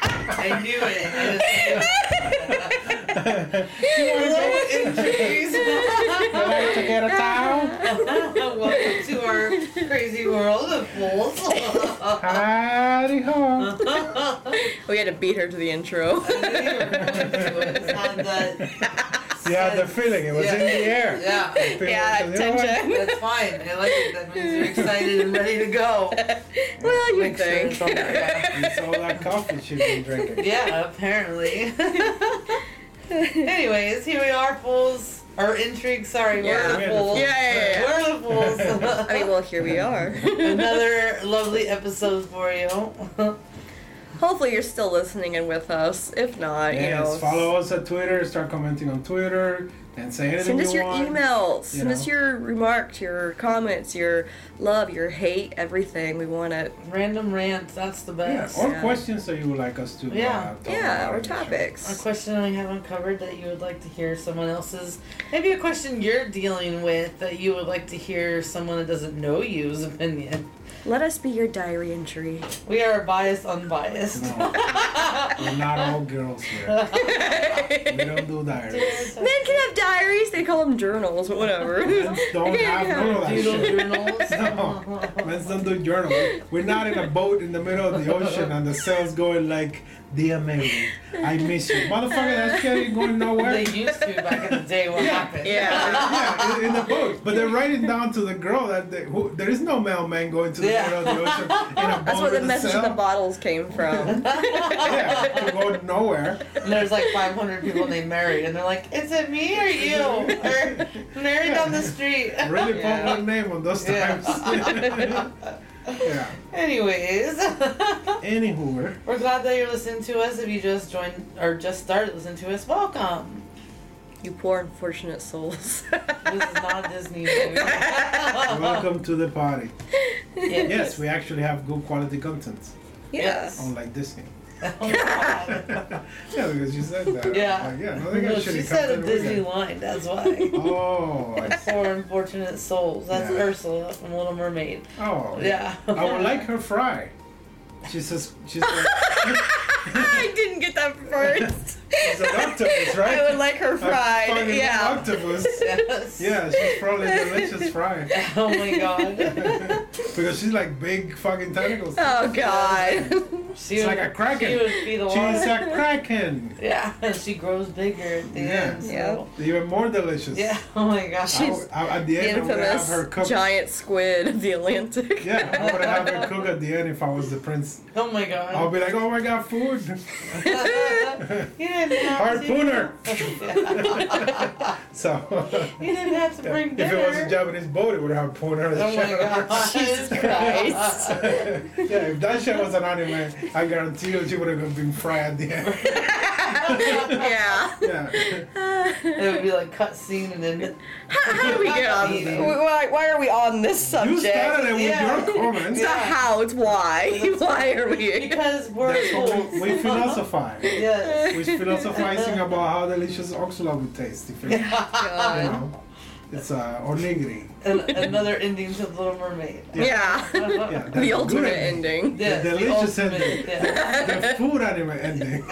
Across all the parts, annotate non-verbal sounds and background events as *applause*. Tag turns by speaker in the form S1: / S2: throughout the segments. S1: I knew it. I just- you want *laughs* to
S2: Like to get a towel?
S1: go with injuries? Welcome to our crazy world of fools. *laughs*
S2: Howdy ho.
S3: *laughs* We had to beat her to the intro.
S2: Yeah, the feeling, it was in the air.
S1: Yeah,
S2: Feeling,
S3: yeah,
S2: you know what?
S3: attention.
S1: that's fine. I like it. That means you're excited and ready
S3: *laughs*
S1: to go.
S3: *laughs* well, you
S1: Make sure
S3: think.
S1: it's
S3: *laughs*
S1: all right.
S2: It's all that coffee she's been drinking.
S1: Yeah, apparently. *laughs* Anyways, here we are, fools. Or intrigue, sorry,
S3: Yeah.
S1: we're
S2: We're
S1: the
S2: the
S1: fools.
S2: fools.
S3: yeah, yeah, yeah.
S1: We're the fools.
S3: *laughs* I mean, well, here we *laughs* are.
S1: Another lovely episode for you. *laughs*
S3: Hopefully, you're still listening and with us. If not,
S2: Yes,
S3: you know,
S2: follow us at Twitter, start commenting on Twitter, and say anything
S3: Send
S2: you
S3: us your
S2: want.
S3: emails. Send
S2: know.
S3: us your remarks, your comments, your love, your hate, everything. We want it.
S1: Random rants, that's the
S2: Yeah,
S1: best.
S2: or
S3: Yeah.
S2: questions that you would like us to uh,
S1: Yeah.
S2: talk
S3: Yeah,
S2: about
S3: or
S2: on the show.
S1: A
S3: topics.
S1: question I haven't covered that you would like to hear someone else's. Maybe a question you're dealing with that you would like to hear someone that doesn't know you's opinion.
S3: Let us be your diary entry.
S1: We are biased, unbiased.
S2: No, we're not all girls
S3: *laughs*
S2: here. We don't do diaries.
S3: Men can have diaries. They call them journals, but whatever.
S2: Men
S3: *laughs*
S2: don't
S3: Okay,
S2: have
S3: yeah.
S2: none of
S1: *laughs*
S2: that
S1: Doodle
S2: shit.
S1: journals.
S2: No, men don't do journals. We're not in a boat in the middle of the ocean and the sail's going like, Dear Mary, I miss you. Motherfucker, that shit ain't going nowhere.
S1: *laughs* They used to back in the day. What happened?
S3: yeah.
S2: yeah, in, in the boat. But they're writing down to the girl that they, who, there is no mailman going to the
S1: Yeah.
S2: middle of the ocean in a boat
S3: *laughs* That's where
S2: with
S3: the
S2: a
S3: message
S2: sail.
S3: of the bottles came from.
S2: Yeah, to go nowhere.
S1: And there's like 500 people named Mary, and they're like, "Is it me or
S2: *laughs*
S1: you? Or Mary down the street?"
S2: Really
S3: Yeah.
S2: public name on
S1: *laughs*
S2: those
S1: Yeah.
S2: times. *laughs* Yeah.
S1: Anyways, *laughs*
S2: Anywho,
S1: we're glad that you're listening to us. If you just joined or just started listening to us, welcome.
S3: you poor unfortunate souls. *laughs*
S1: This is not
S2: *laughs*
S1: a Disney. Movie.
S2: welcome to the party. Yes, we actually have good quality content,
S3: yes. *laughs*
S2: unlike Disney.
S1: Oh, God.
S2: yeah, because you said that.
S1: Yeah.
S2: Like, yeah, no, they got
S1: No,
S2: shitty
S1: she said a
S2: content, we
S1: Disney
S2: got-
S1: line. That's why.
S2: Oh, I see.
S1: Poor unfortunate souls. That's
S2: Yeah.
S1: Ursula from Little Mermaid.
S2: oh.
S1: Yeah.
S2: I would like her fry. She says, she's a,
S3: I didn't get that first.
S2: she's an octopus, right?
S3: I would like her
S2: A
S3: fried.
S2: fucking
S3: Yeah.
S2: Octopus.
S1: *laughs* Yes.
S2: Yeah, she's probably a delicious fry. *laughs*
S1: Oh my God.
S2: because she's like big fucking tentacles.
S3: *laughs* Oh God.
S1: She
S2: It's
S1: would-
S2: like a kraken.
S1: She would be the
S2: She's
S1: one.
S2: a kraken.
S1: Yeah, *laughs* and she grows bigger at the
S2: Yeah.
S1: end. So.
S2: Even more delicious.
S1: Yeah. Oh my gosh.
S2: I would- I- at the
S3: the
S2: end, I'm gonna have
S3: infamous
S2: her cook.
S3: giant squid of the Atlantic.
S2: Yeah, I'm gonna have her cook at the end if I was the prince.
S1: Oh my
S2: I'll
S1: god.
S2: be like, oh my god,
S1: *laughs*
S2: food.
S1: you didn't have
S2: Harpooner.
S1: *laughs* to.
S2: *laughs* So,
S1: you didn't have to bring
S2: if it
S1: dinner.
S2: was a Japanese boat, it would have harpoon her. *laughs*
S1: Oh my god. *laughs*
S3: Jesus Christ.
S2: yeah, if that shit was an anime, I guarantee you she would have been fried at the end.
S3: *laughs* yeah.
S2: Yeah.
S1: It would be like cut scene and then
S3: How, how do we get on?
S1: Yeah.
S3: Why, why are we on this
S2: You
S3: subject?
S2: started it with
S1: Yeah.
S2: your comments.
S3: It's not
S1: Yeah.
S3: how, it's why. *laughs* Why are we?
S1: because we're
S2: That's
S1: fools.
S2: what we, we philosophize.
S1: *laughs* yes.
S2: We're philosophizing about how delicious oxala would taste. If it, you
S3: God.
S2: know, it's uh, onigiri.
S1: An, another ending to Little Mermaid.
S3: *laughs* Yeah.
S2: Yeah, that's
S3: the
S2: a good
S3: ultimate
S2: ending.
S3: ending.
S1: Yes, the
S2: delicious
S1: ultimate,
S2: ending.
S1: Yeah.
S2: The food anime ending. *laughs*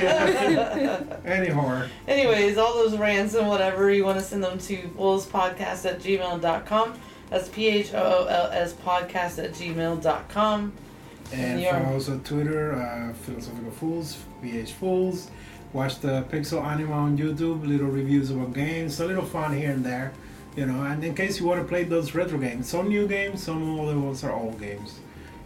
S1: Yes.
S2: Anyhow,
S1: *laughs* Anyways, all those rants and whatever, you want to send them to bullspodcast at gmail.com. That's P H O O L S podcast at gmail.com.
S2: and
S1: Yeah.
S2: follow us on Twitter, uh, Philosophical Fools, VH Fools. Watch the Pixel Anime on YouTube, little reviews about games, a little fun here and there. You know, and in case you want to play those retro games, some new games, some older ones are old games.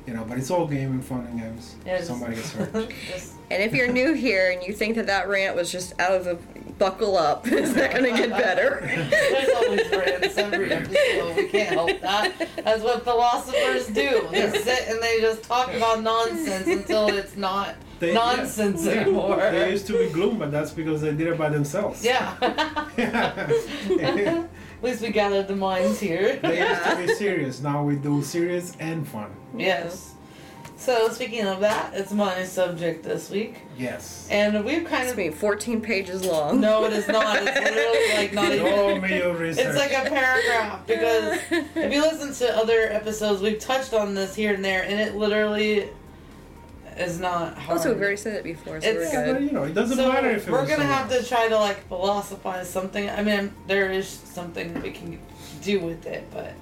S2: You know, but it's all game and fun and games.
S1: Yeah, just-
S2: Somebody gets hurt.
S1: *laughs* Just,
S3: And if you're new here and you think that that rant was just out of the buckle up, *laughs* it's not going to get better.
S1: *laughs* there's always rants every episode. We can't help that. That's what philosophers do. They sit and they just talk about nonsense until it's not
S2: They-
S1: nonsense
S2: yeah.
S1: anymore.
S2: They used to be gloom, but that's because they did it by themselves. *laughs*
S1: yeah.
S2: Yeah.
S1: At least we gathered the minds here.
S2: they used to be serious. Now we do serious and fun.
S1: Yes. So speaking of that, it's my subject this week, *laughs*
S2: Yes.
S1: and we've kind
S3: It's
S1: of
S3: me, 14 pages long.
S1: no, it is not. It's literally like
S2: *laughs*
S1: not even.
S2: No media research.
S1: It's like a paragraph because if you listen to other episodes, we've touched on this here and there, and it literally is not hard.
S3: Also, we've already said it before, so
S1: It's-
S2: Yeah,
S3: we're
S2: but
S3: good.
S2: you know, it doesn't
S1: so
S2: matter if it
S1: we're
S2: was
S1: gonna
S2: someone
S1: have to
S2: else.
S1: try to like philosophize something. I mean, there is something that we can do with it, but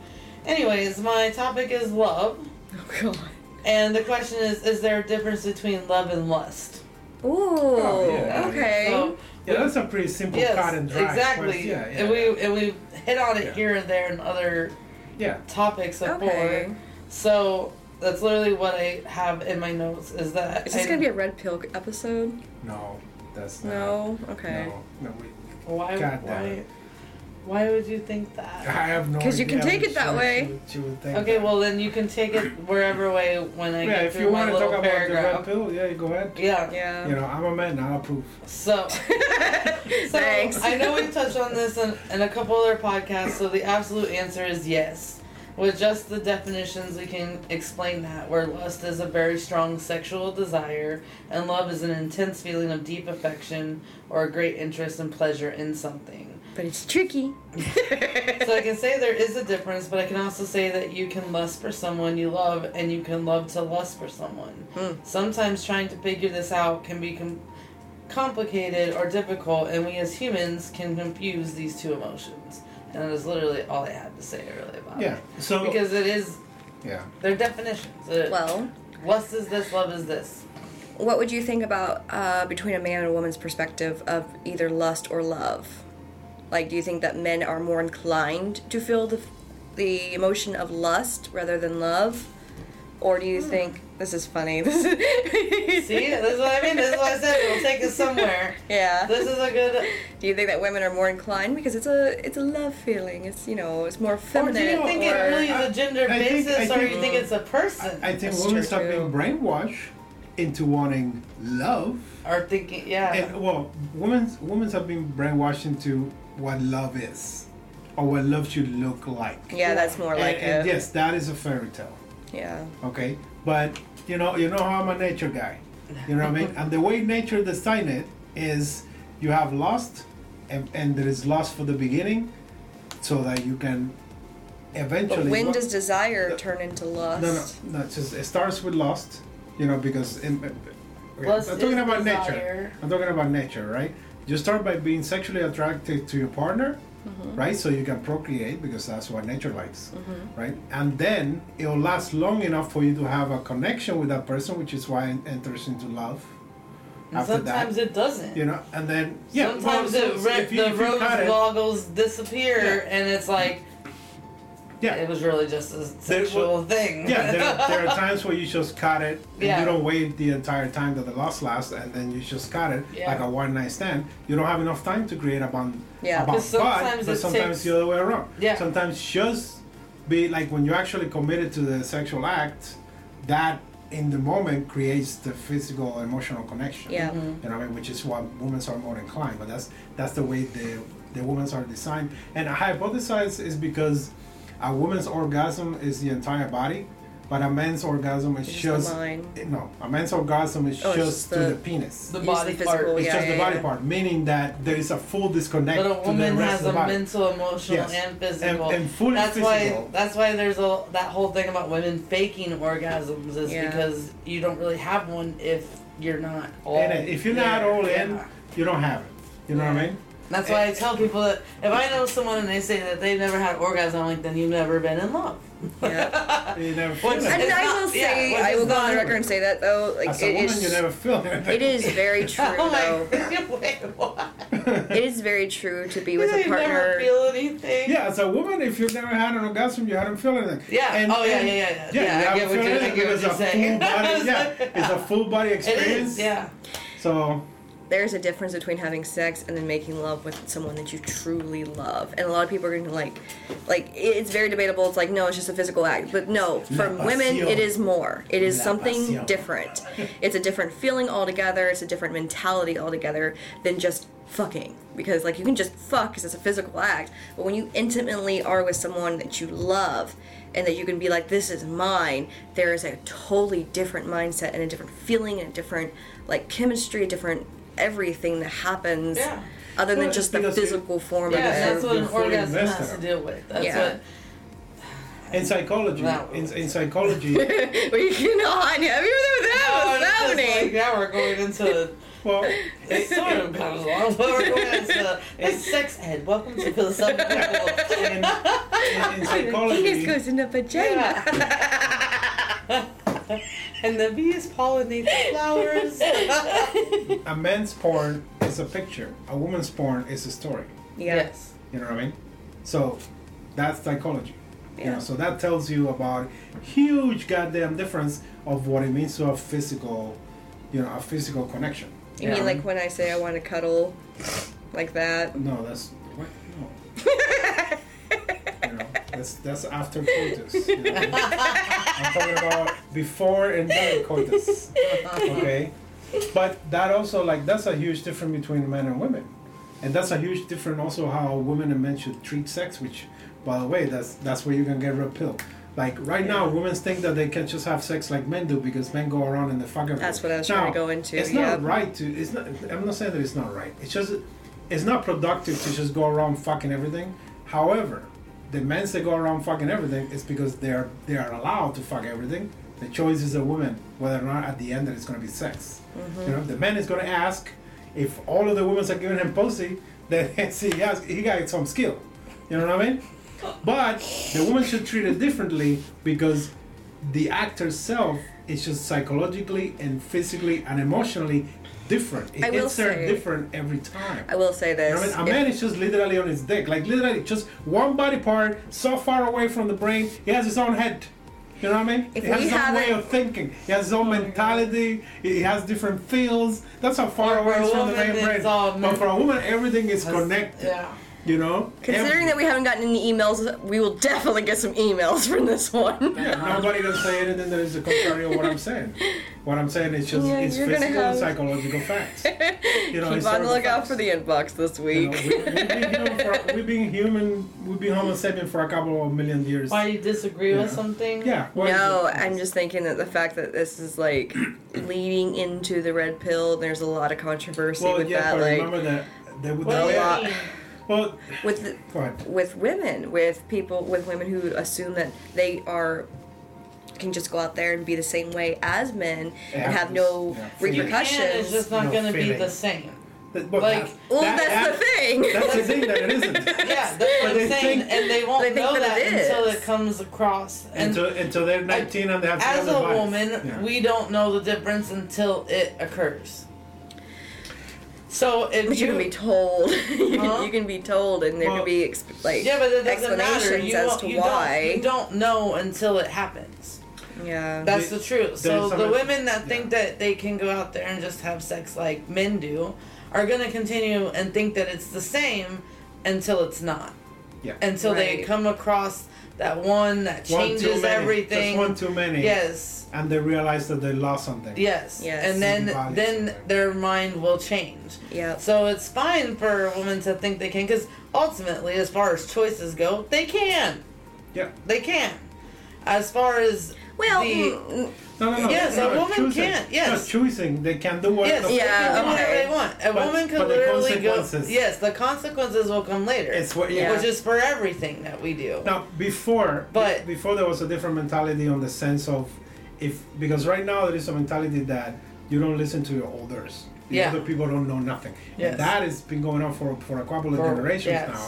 S1: anyways, my topic is love,
S3: Oh god.
S1: and the question is: Is there a difference between love and lust?
S3: Ooh.
S2: yeah.
S3: Okay.
S1: So,
S2: Yeah, that's a pretty simple
S1: yes,
S2: cut and dry.
S1: exactly.
S2: question. Yeah, yeah.
S1: And we and we hit on it
S2: Yeah.
S1: here and there in other
S2: yeah.
S1: topics before.
S3: okay.
S1: So that's literally what I have in my notes. Is that
S3: Is this
S1: I-
S3: gonna be a red pill episode?
S2: No, that's not.
S3: No. Okay.
S2: No, no, we,
S1: why?
S2: God damn
S1: why,
S2: it.
S1: why would you think
S2: I
S1: that?
S2: have no
S3: 'Cause you can
S2: idea.
S3: take
S2: I'm
S3: it that
S2: sure
S3: way.
S2: She would, she would think
S1: Okay,
S2: that.
S1: well then you can take it wherever way when I
S2: yeah,
S1: get
S2: if
S1: through
S2: you
S1: my
S2: want to
S1: little
S2: talk about
S1: paragraph.
S2: the red pill, yeah, go ahead.
S1: yeah.
S3: Yeah.
S2: You know, I'm a man. I approve.
S1: So, so
S3: Thanks.
S1: I
S3: *laughs*
S1: know we've touched on this in, in a couple other podcasts. So the absolute answer is yes. With just the definitions, we can explain that. Where lust is a very strong sexual desire, and love is an intense feeling of deep affection or a great interest and pleasure in something.
S3: But it's tricky.
S1: so I can say there is a difference, but I can also say that you can lust for someone you love, and you can love to lust for someone.
S3: Mm.
S1: Sometimes trying to figure this out can be com- complicated or difficult, and we as humans can confuse these two emotions. And that is literally all I had to say really about
S2: Yeah.
S1: it.
S2: So
S1: Because it is
S2: yeah,
S1: their definitions. It-
S3: well,
S1: lust is this, love is this.
S3: what would you think about uh, between a man and a woman's perspective of either lust or love? Like, do you think that men are more inclined to feel the, the emotion of lust rather than love? Or do you think this is funny? *laughs* This is
S1: Hmm. See, this is what I mean. This is what I said. It'll take us somewhere.
S3: yeah.
S1: This is a good.
S3: do you think that women are more inclined because it's a it's a love feeling? It's you know it's more
S1: Or do
S3: feminine.
S1: you think it
S3: or-
S1: really is a gender
S2: I think-
S1: basis,
S2: I
S1: or
S2: think-
S1: you think it's a person?
S2: I think
S3: That's
S2: women
S3: true,
S2: start
S3: too.
S2: being brainwashed into wanting love.
S1: or thinking, yeah.
S2: And, well, women's women's have been brainwashed into what love is, or what love should look like.
S3: Yeah, that's more
S2: And-
S3: like
S2: and
S3: it.
S2: yes, that is a fairy tale.
S3: Yeah.
S2: okay but you know you know how i'm a nature guy you know what
S3: *laughs*
S2: i mean and the way nature designed it is you have lust and, and there is lust for the beginning so that you can eventually
S3: But when
S2: what-
S3: does desire
S2: the-
S3: turn into
S2: no
S3: lust?
S2: no no it's just, it starts with lust you know because in, uh, okay,
S1: Lust
S2: i'm talking
S1: is
S2: about
S1: desire.
S2: nature i'm talking about nature right you start by being sexually attracted to your partner
S1: Mm-hmm.
S2: right so you can procreate because that's what nature likes
S1: Mm-hmm.
S2: right? And then it will last long enough for you to have a connection with that person, which is why it enters into love.
S1: And
S2: after
S1: sometimes it doesn't.
S2: that, you know, and then yeah, well,
S1: sometimes
S2: so-
S1: it
S2: so
S1: re-
S2: if you-
S1: the
S2: if you
S1: rose
S2: cut it-
S1: goggles disappear, and it's like
S2: yeah,
S1: it was really just a sexual thing. *laughs*
S2: yeah. There, there are times where you just cut it, and
S1: Yeah.
S2: you don't wait the entire time that the loss lasts, and then you just cut it
S1: Yeah.
S2: like a one night stand. You don't have enough time to create a bond.
S3: Yeah.
S2: a bond.
S1: 'Cause sometimes
S2: but, but
S1: it
S2: sometimes
S1: takes-
S2: the other way around.
S1: Yeah.
S2: Sometimes just be like when you're actually committed to the sexual act, that in the moment creates the physical emotional connection.
S3: Yeah.
S2: You know, what I mean, which is why women are more inclined, but that's that's the way the the women are designed. And I hypothesize is because a woman's orgasm is the entire body, but a man's orgasm is
S3: Just the
S2: just
S3: mind.
S2: no, a man's orgasm is
S3: Oh, it's
S2: just,
S3: just
S2: to
S3: the-
S2: the, penis.
S1: the
S3: Use
S1: body
S3: the physical,
S1: part.
S2: it's
S3: yeah,
S2: just the
S3: yeah,
S2: body
S3: yeah.
S2: part, meaning that there is a full disconnect
S1: But a
S2: to the
S1: woman
S2: rest
S1: has
S2: of the
S1: a
S2: body.
S1: mental, emotional,
S2: Yes.
S1: and
S2: and,
S1: physical.
S2: and fully
S1: that's
S2: physical.
S1: why. That's why there's a that whole thing about women faking orgasms is
S3: Yeah.
S1: because you don't really have one if you're not all.
S2: and if you're not
S1: there.
S2: all in, eh,
S1: Yeah.
S2: you don't have it. You know what I mean?
S1: That's why I tell people that if I know someone and they say that they've never had orgasm, I'm like, then you've never been in love.
S3: Yeah.
S2: You never
S1: What's-
S3: *laughs*
S2: feel
S3: And
S2: it.
S1: It's
S3: I
S1: not-
S3: will
S1: yeah,
S3: say,
S1: which
S3: I
S1: is
S3: will go on
S1: not-
S3: record and say that though. Like
S2: As a
S3: it
S2: woman,
S3: is,
S2: you never feel it.
S3: it is very true
S1: oh
S3: though.
S1: my! *laughs* Wait, what?
S3: It is very true to be
S1: You
S3: with
S1: know,
S3: a
S1: you never
S3: partner.
S1: feel anything.
S2: Yeah, as a woman, if you've never had an orgasm, you haven't felt anything.
S1: Yeah.
S2: And,
S1: oh yeah,
S2: and-
S1: yeah, yeah, yeah.
S2: Yeah, you
S1: I
S2: haven't
S1: get what
S2: felt
S1: you're, I
S2: anything
S1: get what
S2: because
S1: you're
S2: it's a full
S1: saying. *laughs*
S2: body. Yeah, it's a full body
S1: It
S2: experience.
S1: is. Yeah.
S2: So
S3: There's a difference between having sex and then making love with someone that you truly love. And a lot of people are going to like, like it's very debatable. It's like no, it's just a physical act. But no, for
S2: La
S3: women,
S2: pasión.
S3: it is more. It is
S2: La
S3: something
S2: pasión.
S3: different. It's a different feeling altogether. It's a different mentality altogether than just fucking. Because like you can just fuck because it's a physical act. But when you intimately are with someone that you love and that you can be like, this is mine, there is a totally different mindset and a different feeling and a different like chemistry, a different everything that happens
S1: Yeah.
S3: other
S2: Well,
S3: than
S2: it's
S3: just the
S2: because you-
S3: physical form
S1: Yeah,
S3: of it. *laughs*
S1: that's what an
S2: You're fully
S1: orgasm has to
S2: invested.
S1: deal with. That's
S3: Yeah.
S1: what.
S2: in psychology,
S1: Wow.
S2: in, in psychology,
S3: Well, you cannot. Have you ever done that?
S1: No,
S3: was- that
S1: Oh, it's now we're going into
S2: Well,
S1: it sort *laughs* of comes along, but we're going into it's sex ed. Welcome to *laughs* philosophical.
S2: in,
S1: *laughs*
S2: in,
S1: uh,
S2: in
S3: Penis
S2: psychology,
S3: goes in the vagina.
S1: and the bees pollinate the *laughs* flowers.
S2: a man's porn is a picture, a woman's porn is a story.
S3: yeah.
S2: You know what I mean? So that's psychology. You
S3: Yeah.
S2: know, so that tells you about huge goddamn difference of what it means to a physical, you know, a physical connection.
S3: You
S1: Yeah.
S3: mean like when I say I want to cuddle, like that? *laughs*
S2: No, that's what? No. you know, that's that's after coitus. You
S3: *laughs*
S2: know? I'm talking about before and during coitus. Okay, but that also like that's a huge difference between men and women, and that's a huge difference also how women and men should treat sex. Which, by the way, that's that's where you can get red pill. Like right now, women think that they can just have sex like men do because men go around in the fucking.
S3: That's what I was trying to go into,
S2: It's
S3: yeah.
S2: not right to. It's not. I'm not saying that it's not right. It's just it's not productive to just go around fucking everything. However, the men that go around fucking everything is because they are they are allowed to fuck everything. The choice is a woman whether or not at the end that it's gonna be sex. You know, the man is gonna ask if all of the women are giving him pussy, then *laughs* see he has he got some skill. You know what I mean? But the woman should treat it differently because the act herself is just psychologically and physically and emotionally different. It
S3: I will
S2: hits her
S3: say-
S2: different every time.
S3: I will say
S2: You know
S3: this.
S2: what I mean?
S3: if-
S2: A man is just literally on his dick, like literally just one body part so far away from the brain, he has his own head. You know what I mean?
S3: If
S2: he has
S3: we
S2: his own way
S3: haven't-
S2: of thinking. He has his own mentality. He has different feels. That's how far
S1: For
S2: away
S1: a
S2: it's from the
S1: woman,
S2: main brain.
S1: it's all men-
S2: But for a woman, everything is connected.
S1: Yeah.
S2: You know.
S3: Considering that we haven't gotten any emails, we will definitely get some emails from this one.
S2: *laughs* Yeah, nobody gonna say anything that is the contrary of what I'm saying. What I'm saying is just
S3: Yeah,
S2: it's
S3: you're gonna
S2: physical and
S3: have-
S2: psychological
S3: *laughs*
S2: facts. You
S3: Keep
S2: know,
S3: on the
S2: historical
S3: lookout
S2: facts.
S3: for the inbox this
S2: You
S3: week.
S2: know, we, we've, been human for,
S3: *laughs*
S2: we've been human, we've been Homo sapien for a couple of million years.
S1: Why you disagree
S2: Yeah.
S1: with something?
S2: Yeah. why is
S3: No,
S2: it-
S3: I'm just thinking that the fact that this is
S2: *clears throat*
S3: like leading into the red pill, there's a lot of controversy
S2: Well,
S3: with
S2: yeah,
S3: that,
S2: but
S3: like
S2: remember that. That would
S1: What
S2: that
S1: do
S2: way
S1: you
S2: I-
S1: mean?
S2: well,
S3: with the,
S2: go ahead.
S3: with women, with people, with women who assume that they are can just go out there and be the same way as men and have no
S2: Yeah.
S1: You can,
S3: repercussions.
S1: it's just not
S2: No
S1: gonna be
S2: feeling.
S1: the same.
S2: That- but
S1: Like,
S2: that-
S3: well,
S2: that
S3: that's the
S2: act-
S3: thing.
S2: That's the thing that it isn't.
S1: Yeah, that's what
S2: they
S1: I'm saying,
S2: think-
S1: and they
S3: They
S1: won't
S3: think
S1: know
S3: that
S1: that
S3: it
S1: until
S3: is.
S1: it comes across. And
S2: Until, until they're 19 and they have to
S1: as
S2: have their
S1: a
S2: bodies.
S1: woman,
S2: Yeah.
S1: we don't know the difference until it occurs. So if
S3: But *laughs* you can be told. *laughs* you,
S1: Huh?
S3: can, you can be told, and there
S2: Well-
S3: can be exp- like
S1: yeah, but it doesn't matter.
S3: explanations
S1: You
S3: as
S1: won't-
S3: to
S1: you Don't,
S3: why.
S1: you don't know until it happens.
S3: yeah.
S1: That's
S2: They-
S1: the truth. So
S2: there's some-
S1: the women that think
S2: yeah.
S1: that they can go out there and just have sex like men do are going to continue and think that it's the same until it's not.
S2: Yeah.
S1: Until they
S3: Right.
S1: come across that one that
S2: One too
S1: changes
S2: many. That's
S1: everything.
S2: one too many.
S1: Yes.
S2: and they realize that they lost something.
S1: Yes.
S3: Yes.
S1: And then
S2: Bodies
S1: then
S2: somewhere.
S1: their mind will change.
S3: Yep.
S1: So it's fine for a woman to think they can cuz ultimately as far as choices go, they can.
S2: Yeah.
S1: They can. As far as
S3: well,
S1: the-
S3: mm,
S2: No, no, no.
S1: Yes,
S2: no,
S1: a
S2: no,
S1: woman
S2: choosing.
S1: can't, yes.
S2: No, choosing. They can do what.
S1: Yes,
S2: the-
S1: they can do
S3: Yeah,
S1: whatever
S3: okay.
S1: they want. A
S2: But-
S1: woman could
S2: but the
S1: literally go.
S2: consequences-
S1: Yes, the consequences will come later.
S2: It's what.
S3: Yeah.
S2: Yeah.
S1: Which is for everything that we do.
S2: Now, before,
S1: But-
S2: before there was a different mentality on the sense of if because right now there is a mentality that you don't listen to your elders. The
S1: Yeah.
S2: older people don't know nothing.
S1: Yes.
S2: And that has been going on for for a couple of
S1: For-
S2: generations
S1: yes.
S2: now,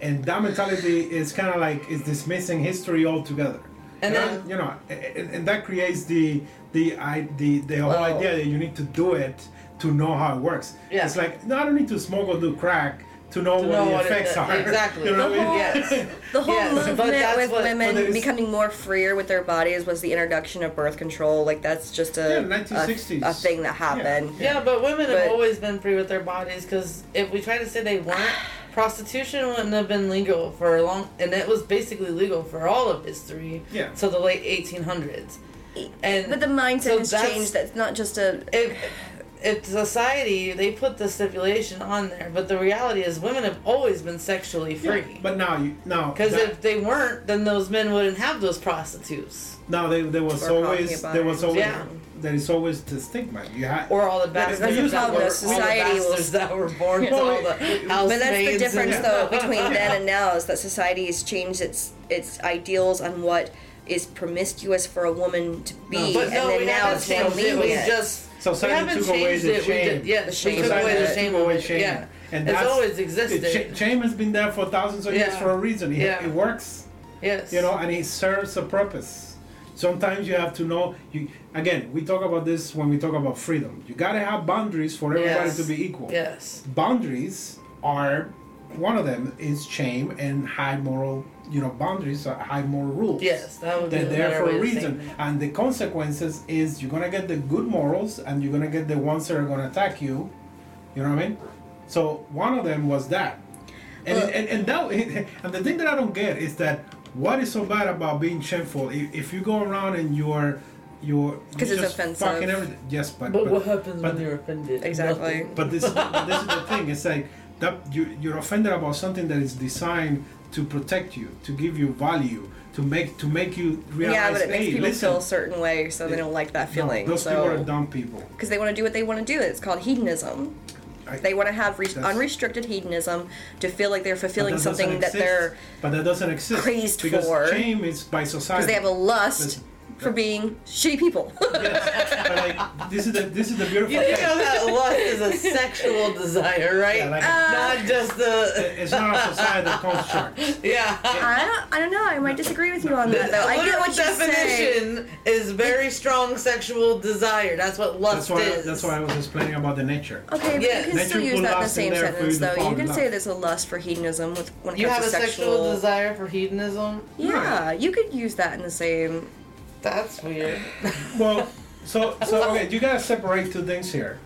S2: and that mentality is kind of like is dismissing history altogether.
S1: And then-
S2: I- you know, and, and that creates the the I, the the whole
S3: Wow.
S2: idea that you need to do it to know how it works.
S1: Oh. Yeah.
S2: It's like no, I don't need to smoke or do crack to know what
S1: know
S2: the
S1: what it-
S2: effects are. *laughs*
S1: exactly.
S2: You know what I mean?
S1: Yes.
S3: the whole
S1: Yes, but
S3: movement
S1: that's
S3: with
S1: what-
S3: women
S2: but it is-
S3: becoming more freer with their bodies was the introduction of birth control. Like that's just
S2: Yeah,
S3: a a,
S2: 1960s.
S3: a thing that happened.
S1: yeah, but women
S3: But-
S1: have always been free with their bodies because if we try to say they weren't,
S3: *sighs*
S1: prostitution wouldn't have been legal for a long, and it was basically legal for all of history.
S2: Yeah.
S1: To the late 1800s, and
S3: E, But the mindset
S1: so
S3: has
S1: that's-
S3: changed. That's not just a
S1: if if society they put the stipulation on there, but the reality is women have always been sexually free.
S2: But now, you, now,
S1: Because
S2: that-
S1: if they weren't, then those men wouldn't have those prostitutes
S2: now they, there was
S3: Or talking
S2: always
S3: about
S2: there was
S3: it.
S2: always
S1: Yeah.
S2: there is always the stigma. You had
S1: or all the
S2: That's
S1: bastards
S2: the
S1: that
S2: problem,
S1: were
S3: society
S1: all the
S3: will-
S1: bastards that were born with all the house
S3: But that's the difference, though, between
S1: *laughs*
S3: then and now is that society has changed its its ideals on what is promiscuous for a woman to be,
S1: But
S3: and
S1: no, we
S3: then now
S1: haven't
S3: it's been
S1: changed it. We
S3: lenient.
S1: just
S2: Society
S1: haven't
S2: took away
S1: changed
S2: the
S1: it, we
S2: shame.
S1: did- yeah, the
S3: shame.
S2: Society
S3: Took away the
S2: took
S1: shame
S2: away
S1: of it,
S2: shame.
S1: yeah.
S2: And
S1: It's
S2: that's-
S1: always
S2: it-
S1: existed.
S2: sh- shame has been there for thousands of years
S1: Yeah.
S2: for a reason. It,
S1: Yeah.
S2: it works,
S1: Yes.
S2: you know, and it serves a purpose. Sometimes you have to know. You again, we talk about this when we talk about freedom. You gotta have boundaries for everybody
S1: Yes.
S2: to be equal.
S1: Yes.
S2: Boundaries are one of them is shame and high moral, you know, boundaries are high moral rules
S1: Yes. That would be
S2: they're
S1: the
S2: there
S1: better
S2: for
S1: way to
S2: a
S1: say
S2: reason
S1: that.
S2: and the consequences is you're gonna get the good morals and you're gonna get the ones that are gonna attack you you know what i mean so one of them was that and
S1: Uh.
S3: Well-
S2: and, and that *laughs* and the thing that i don't get is that what is so bad about being shameful if, if you go around and you're you're
S3: 'Cause
S2: you're
S3: it's
S2: just
S3: offensive.
S2: fucking everything yes but
S1: But what happens
S2: but-
S1: when you're offended?
S3: Exactly.
S1: Nothing.
S2: but this, but this is the thing. It's like that you, you're offended about something that is designed to protect you, to give you value, to make to make you realize.
S3: yeah, but it makes
S2: hey,
S3: people
S2: listen,
S3: feel a certain way, so they don't like that feeling.
S2: No, those people are
S3: so
S2: dumb people.
S3: because they want to do what they want to do, it's called hedonism.
S2: I-
S3: They want to have re-
S2: That's-
S3: unrestricted hedonism to feel like they're
S2: but that
S3: fulfilling
S2: doesn't
S3: something that
S2: exist.
S3: they're
S2: But that doesn't exist.
S3: crazed
S2: because
S3: for.
S2: shame is by society.
S3: because they have a lust
S2: Listen,
S3: for being shitty people. *laughs*
S2: Yes, but like this is the this is the beautiful
S1: You, you
S2: thing.
S1: know *laughs* that lust is a sexual desire, right?
S2: Yeah, like-
S1: Not just the.
S2: it's not
S3: *laughs*
S2: a society that construct.
S1: Yeah.
S3: I don't, I don't know. I might disagree with you on that though. I get
S1: Literal
S3: what you're saying.
S1: definition is very strong sexual desire. That's what lust
S2: That's why
S1: is.
S2: that's why I was explaining about the nature.
S3: Okay, but
S1: Yes.
S3: you can
S2: Nature
S3: still use
S2: put
S3: that in the
S2: lust in
S3: same
S2: there for
S3: sentence
S2: you to
S3: though.
S2: fall
S3: You
S2: in
S3: can say
S2: love.
S3: there's a lust for hedonism with when it
S1: You
S3: comes
S1: have
S3: to
S1: a
S3: sexual.
S1: sexual desire for hedonism?
S3: yeah, you could use that in the same.
S1: That's weird.
S2: Well, so so okay, you gotta separate two things here.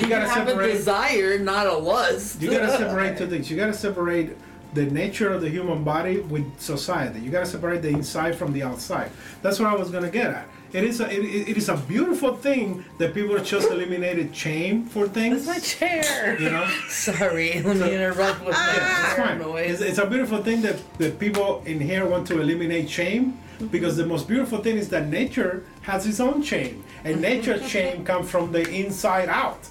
S2: You gotta
S1: You have a
S2: separate
S1: desire, not a lust.
S2: You gotta separate two things. You gotta separate the nature of the human body with society. You gotta separate the inside from the outside. That's what I was gonna get at. It is a it, it it is a beautiful thing that people just eliminated shame for
S1: That's
S2: things.
S1: my chair.
S2: *laughs* you know. Ah!
S1: Sorry, let me interrupt with my
S2: It's
S1: chair
S2: fine.
S1: noise.
S2: It's, it's a beautiful thing that, that people in here want to eliminate shame because the most beautiful thing is that nature has its own shame. And nature's shame comes from the inside out.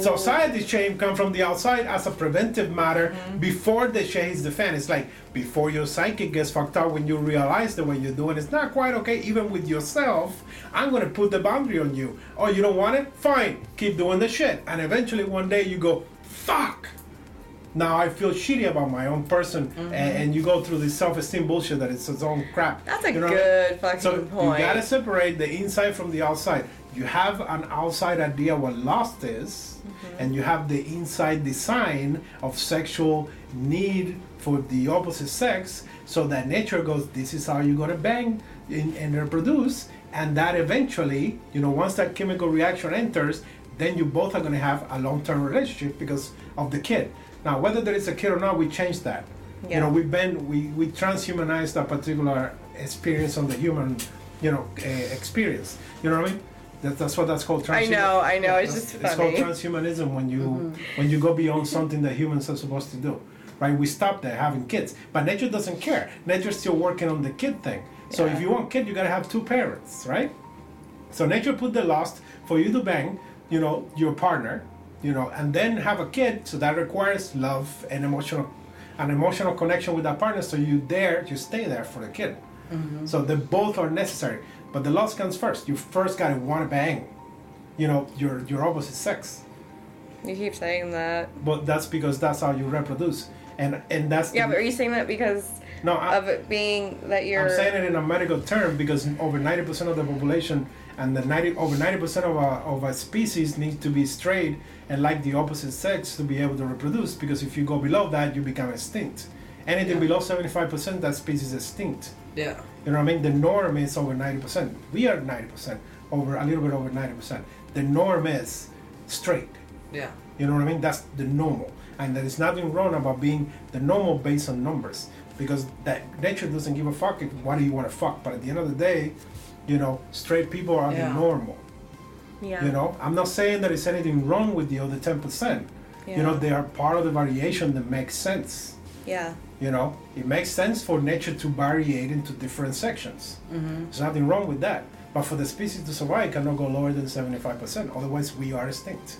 S2: Society's shame comes from the outside as a preventive matter before the shame hits the fan. It's like before your psyche gets fucked up when you realize that what you're doing is not quite okay, even with yourself. I'm gonna put the boundary on you. Oh, you don't want it? Fine, keep doing the shit. And eventually one day you go, fuck! now I feel shitty about my own person,
S3: Mm-hmm.
S2: a- and, you go through this self-esteem bullshit that it's its own crap.
S3: That's a
S2: you know what I mean?
S3: good fucking
S2: So
S3: point.
S2: you gotta separate the inside from the outside. You have an outside idea what lust is, and you have the inside design of sexual need for the opposite sex, so that nature goes, this is how you're gonna bang and, and reproduce, and that eventually, you know, once that chemical reaction enters, then you both are gonna have a long-term relationship because of the kid. Now, whether there is a kid or not, we change that. You
S3: Yeah.
S2: know, we bend, we we transhumanize that particular experience on the human, you know, uh, experience. You know what I mean? That, that's what that's called.
S3: I
S2: transhuman-
S3: know, I know. It's
S2: that's-
S3: just
S2: It's called
S3: funny. Mm-hmm.
S2: transhumanism when you when you go beyond something that humans are supposed to do, right? We stop there having kids, but nature doesn't care. Nature's still working on the kid thing. So if you want kid, you gotta have two parents, right? So nature put the lust for you to bang, you know, your partner, you know, and then have a kid. So that requires love and emotional, an emotional connection with that partner. So you there, you stay there for the kid. So they both are necessary, but the lust comes first. You first gotta want to bang, you know, your your opposite sex.
S3: You keep saying that.
S2: But that's because that's how you reproduce, and and that's
S3: Yeah,
S2: the,
S3: but are you saying that because
S2: no. I,
S3: of it being that you're?
S2: I'm saying it in a medical term because over 90% of the population and the 90 over 90% of a, of a species needs to be straight and like the opposite sex to be able to reproduce because if you go below that you become extinct anything
S1: Yeah.
S2: below 75% that species is extinct
S1: Yeah.
S2: you know what I mean? The norm is over 90%. We are 90%, over a little bit over 90%. The norm is straight.
S1: Yeah.
S2: You know what I mean? That's the normal. And there is nothing wrong about being the normal based on numbers. Because that nature doesn't give a fuck if why do you want to fuck. But at the end of the day, you know, straight people are
S1: Yeah.
S2: the normal.
S3: yeah.
S2: You know, I'm not saying there is anything wrong with the other ten percent.
S3: yeah.
S2: You know, they are part of the variation that makes sense.
S3: Yeah.
S2: You know, it makes sense for nature to variate into different sections.
S1: Mm-hmm.
S2: There's nothing wrong with that. But for the species to survive, it cannot go lower than 75%. Otherwise, we are extinct.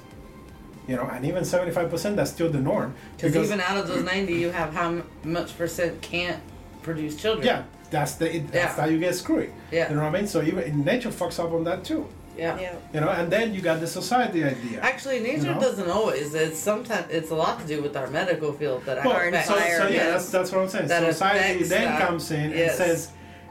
S2: You know, and even 75%, that's still the norm.
S1: Because even out of those 90, you have how m- much percent can't produce children.
S2: yeah, that's the it, that's
S1: Yeah.
S2: how you get screwed.
S1: Yeah.
S2: You know what I mean? So even nature fucks up on that too.
S1: Yeah.
S3: Yeah.
S2: You know, and then you got the society idea.
S1: Actually, nature
S2: You know?
S1: doesn't always. It's sometimes it's a lot to do with our medical field that
S2: Well,
S1: I
S3: Burn
S1: affects.
S2: so, so yeah,
S3: fire, yes.
S1: *laughs*
S2: that's, that's what I'm saying.
S1: That
S2: Society
S1: affects
S2: then
S1: that.
S2: comes in
S1: Yes.
S2: and says,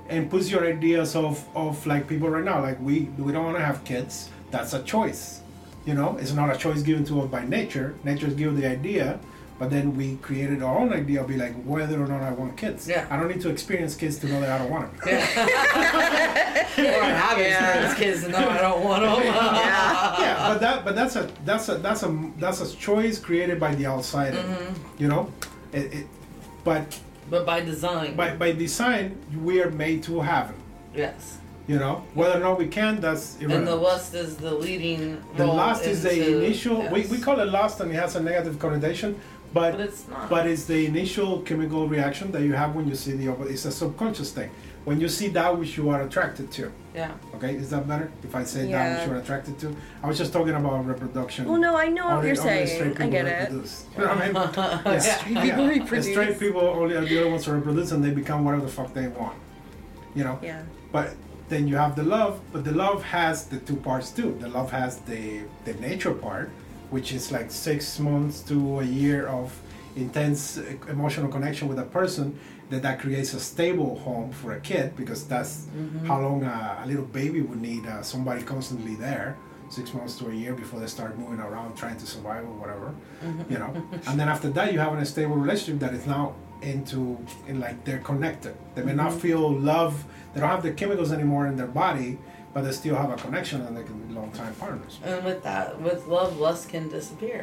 S2: and puts your ideas of, of like people right now, like we we don't want to have kids. That's a choice. You know, it's not a choice given to us by nature. Nature's given the idea, but then we created our own idea. Be like whether or not I want kids.
S1: Yeah.
S2: I don't need to experience kids to know that I don't
S1: *laughs*
S2: want *laughs* them.
S1: Or I have
S3: Yeah.
S1: experienced kids and no, I don't want them. Uh-huh.
S3: Yeah.
S2: *laughs* yeah, but that but that's a that's a that's a that's a choice created by the outsider.
S1: Mm-hmm.
S2: You know, it, it, but
S1: But by design.
S2: by by design we are made to have them.
S1: yes.
S2: You know, whether or not we can, that's irrelevant.
S1: And the lust is the leading.
S2: The
S1: role
S2: last is the
S1: into-
S2: initial. We,
S1: yes.
S2: we call it last, and it has a negative connotation, but
S1: But it's not.
S2: but it's the initial chemical reaction that you have when you see the opposite. It's a subconscious thing. When you see that which you are attracted to. *laughs*
S1: yeah.
S2: Okay, is that better? If I say that
S3: Yeah.
S2: which you're attracted to, I was just talking about reproduction.
S3: Well, no, I know
S2: Only-
S3: what you're
S2: only straight
S3: saying. I
S2: people
S3: get it.
S2: reproduce. You know what I
S1: *laughs*
S2: mean?
S3: *laughs*
S2: Yeah.
S1: Straight
S2: Yeah.
S3: people
S2: The
S3: reproduce.
S2: Straight people only are the other ones to reproduce, and they become whatever the fuck they want. You know.
S3: Yeah.
S2: But then you have the love, but the love has the two parts too. The love has the the nature part, which is like six months to a year of intense uh, emotional connection with a person that that creates a stable home for a kid because that's how long a, a little baby would need uh, somebody constantly there six months to a year before they start moving around trying to survive or whatever you know and then after that you have a stable relationship that is now into in like they're connected they may not feel love they don't have the chemicals anymore in their body but they still have a connection and they can be long time partners
S1: And with that, with love, lust can disappear.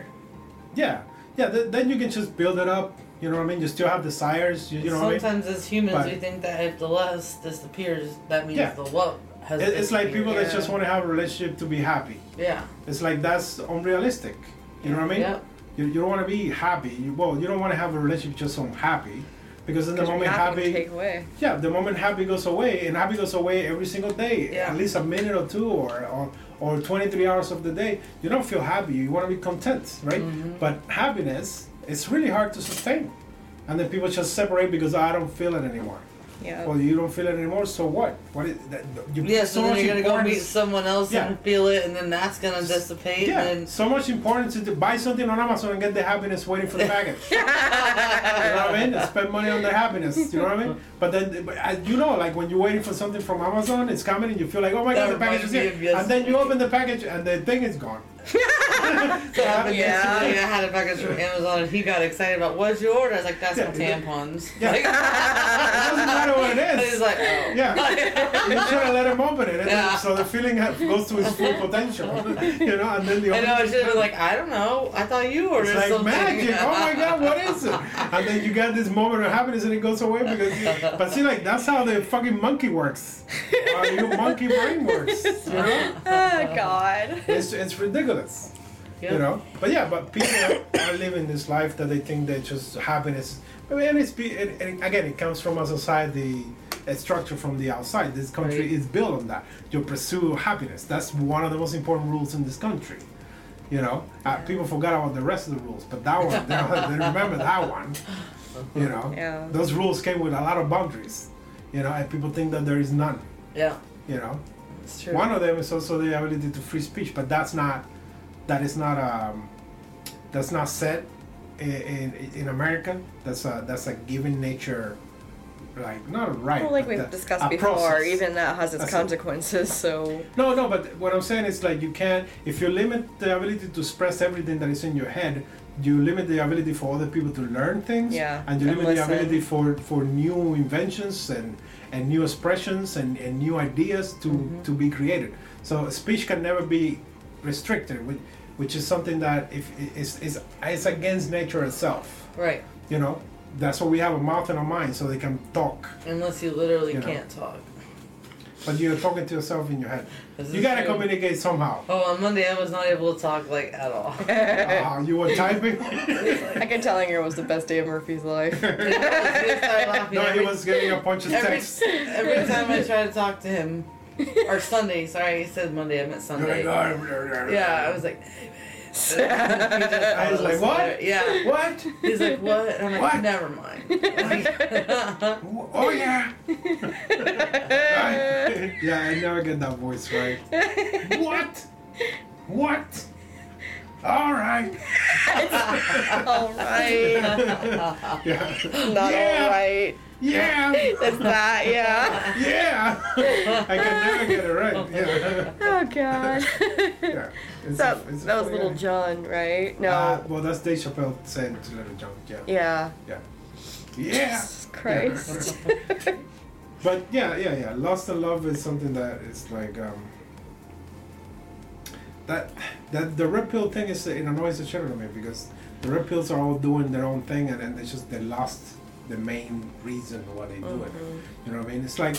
S2: yeah yeah th- then you can just build it up you know what i mean you still have desires you, you know what i mean
S1: Sometimes as humans,
S2: But-
S1: we think that if the lust disappears, that means
S2: Yeah.
S1: the love has.
S2: It- it's like people
S1: disappeared.
S2: that just want to have a relationship to be happy
S1: Yeah.
S2: it's like that's unrealistic you know what i mean
S1: Yep.
S2: You, you don't want to be happy. You, well, you don't want to have a relationship just on happy, because in the moment happy,
S3: take away.
S2: yeah, the moment happy goes away, and happy goes away every single day,
S1: Yeah.
S2: at least a minute or two, or, or or 23 hours of the day. You don't feel happy. You want to be content, right?
S1: Mm-hmm.
S2: But happiness, it's really hard to sustain, and then people just separate because I don't feel it anymore.
S3: Yeah.
S2: Well, you don't feel it anymore, so what? What is that? You,
S1: Yeah, so, then
S2: much
S1: you're gonna go meet
S2: importance-
S1: someone else
S2: Yeah.
S1: and feel it, and then that's gonna dissipate.
S2: Yeah,
S1: And *laughs*
S2: so much importance is to buy something on Amazon and get the happiness waiting for the package. *laughs* you know what I mean? Spend money on the happiness. You know what I mean? But then, but as you know, like when you're waiting for something from Amazon, it's coming and you feel like, oh my
S1: That
S2: god, the package is
S1: reminds me
S2: here.
S1: of yesterday.
S2: And then you open the package and the thing is *laughs* gone.
S1: So happened
S3: Yeah.
S2: *laughs*
S1: yesterday, I had a package from Amazon, and he got excited about what'd you order? I was like, that's
S2: Yeah.
S1: some tampons.
S2: Yeah. *laughs* It doesn't matter what it
S1: Like,
S2: is.
S1: he's like, oh.
S2: *laughs* yeah, you should have let him open it, and then-
S1: Yeah.
S2: so the feeling ha- goes to its full potential, *laughs* you know. And then the
S1: I know. I should have been like, I don't know. I thought you ordered
S2: It's like
S1: something.
S2: magic. Oh
S1: *laughs*
S2: my God, what is it? And then you got this moment of happiness, and it goes away because. You, but see, like that's how the fucking monkey works. Or your monkey brain works. You know,
S3: *laughs*
S2: *laughs*
S3: Oh God.
S2: it's it's ridiculous. You
S1: Yep.
S2: know, but yeah, but people are living this life that they think that just happiness. I mean, and it's be and, and again, it comes from a society, a structure from the outside. This country
S1: Right.
S2: is built on that. You pursue happiness. That's one of the most important rules in this country. You know, uh, people forgot about the rest of the rules, but that one, they, don't- they remember that one. You know,
S3: Yeah.
S2: those rules came with a lot of boundaries. You know, and people think that there is none.
S1: Yeah,
S2: You know,
S1: it's true.
S2: one of them is also the ability to free speech, but that's not that is not um, that's not set in, in, in America. That's a that's a given nature, like not a right.
S3: Well, like
S2: but
S3: we've
S2: that-
S3: discussed
S2: a
S3: before,
S2: process.
S3: even that has its
S2: That's it.
S3: consequences. So
S2: No, no, but what I'm saying is like you can if you limit the ability to express everything that is in your head, you limit the ability for other people to learn things,
S3: Yeah,
S2: and you
S3: and
S2: limit the
S3: listen.
S2: ability for for new inventions and and new expressions and, and new ideas to to be created. So speech can never be restricted, which which is something that if is is it's against nature itself.
S1: Right.
S2: You know, that's why we have a mouth and a mind so they can talk.
S1: Unless you literally
S2: You know.
S1: can't talk.
S2: But you're talking to yourself in your head.
S1: This
S2: You
S1: is
S2: gotta
S1: true.
S2: communicate somehow.
S1: Oh, on Monday I was not able to talk like at all. *laughs*
S3: *laughs*
S2: Ah, you were typing?
S3: I can tell you it was the best day of Murphy's life. *laughs*
S1: I started laughing
S2: no, he
S1: every,
S2: was getting a bunch of
S3: *laughs*
S1: every,
S2: texts.
S1: every time I try to talk to
S2: Oh
S1: him, or Sunday. Sorry, I said Monday. I meant Sunday.
S2: yeah,
S1: Yeah, I was like, *laughs* hey,
S2: I was like, what?
S1: Yeah.
S2: What?
S1: He's like, what? And I'm like,
S2: What?
S1: never *laughs* mind.
S2: Oh
S3: *laughs*
S2: yeah. I- yeah, I never get that voice right. What? What? All
S3: *laughs*
S2: right.
S3: all right.
S2: Yeah.
S3: Not
S2: yeah.
S3: all right. *laughs*
S2: Yeah.
S3: It's that, yeah.
S2: Yeah. I can never get it right. Yeah.
S3: Oh god.
S2: yeah. It's
S3: that,
S2: a- it's a
S3: that was
S2: funny
S3: Little
S2: name.
S3: John, right? No.
S2: Uh, well, that's Dave Chappelle saying to Little John. Yeah.
S3: yeah.
S2: Yeah. Yeah.
S3: Jesus Christ.
S2: *laughs* But yeah, yeah, yeah. Lost in love is something that is like um, that that the red pill thing is it annoys the shit out of me because the red pills are all doing their own thing and then it's just they lost the main reason why they do it.
S3: Mm-hmm.
S2: You know what I mean? It's like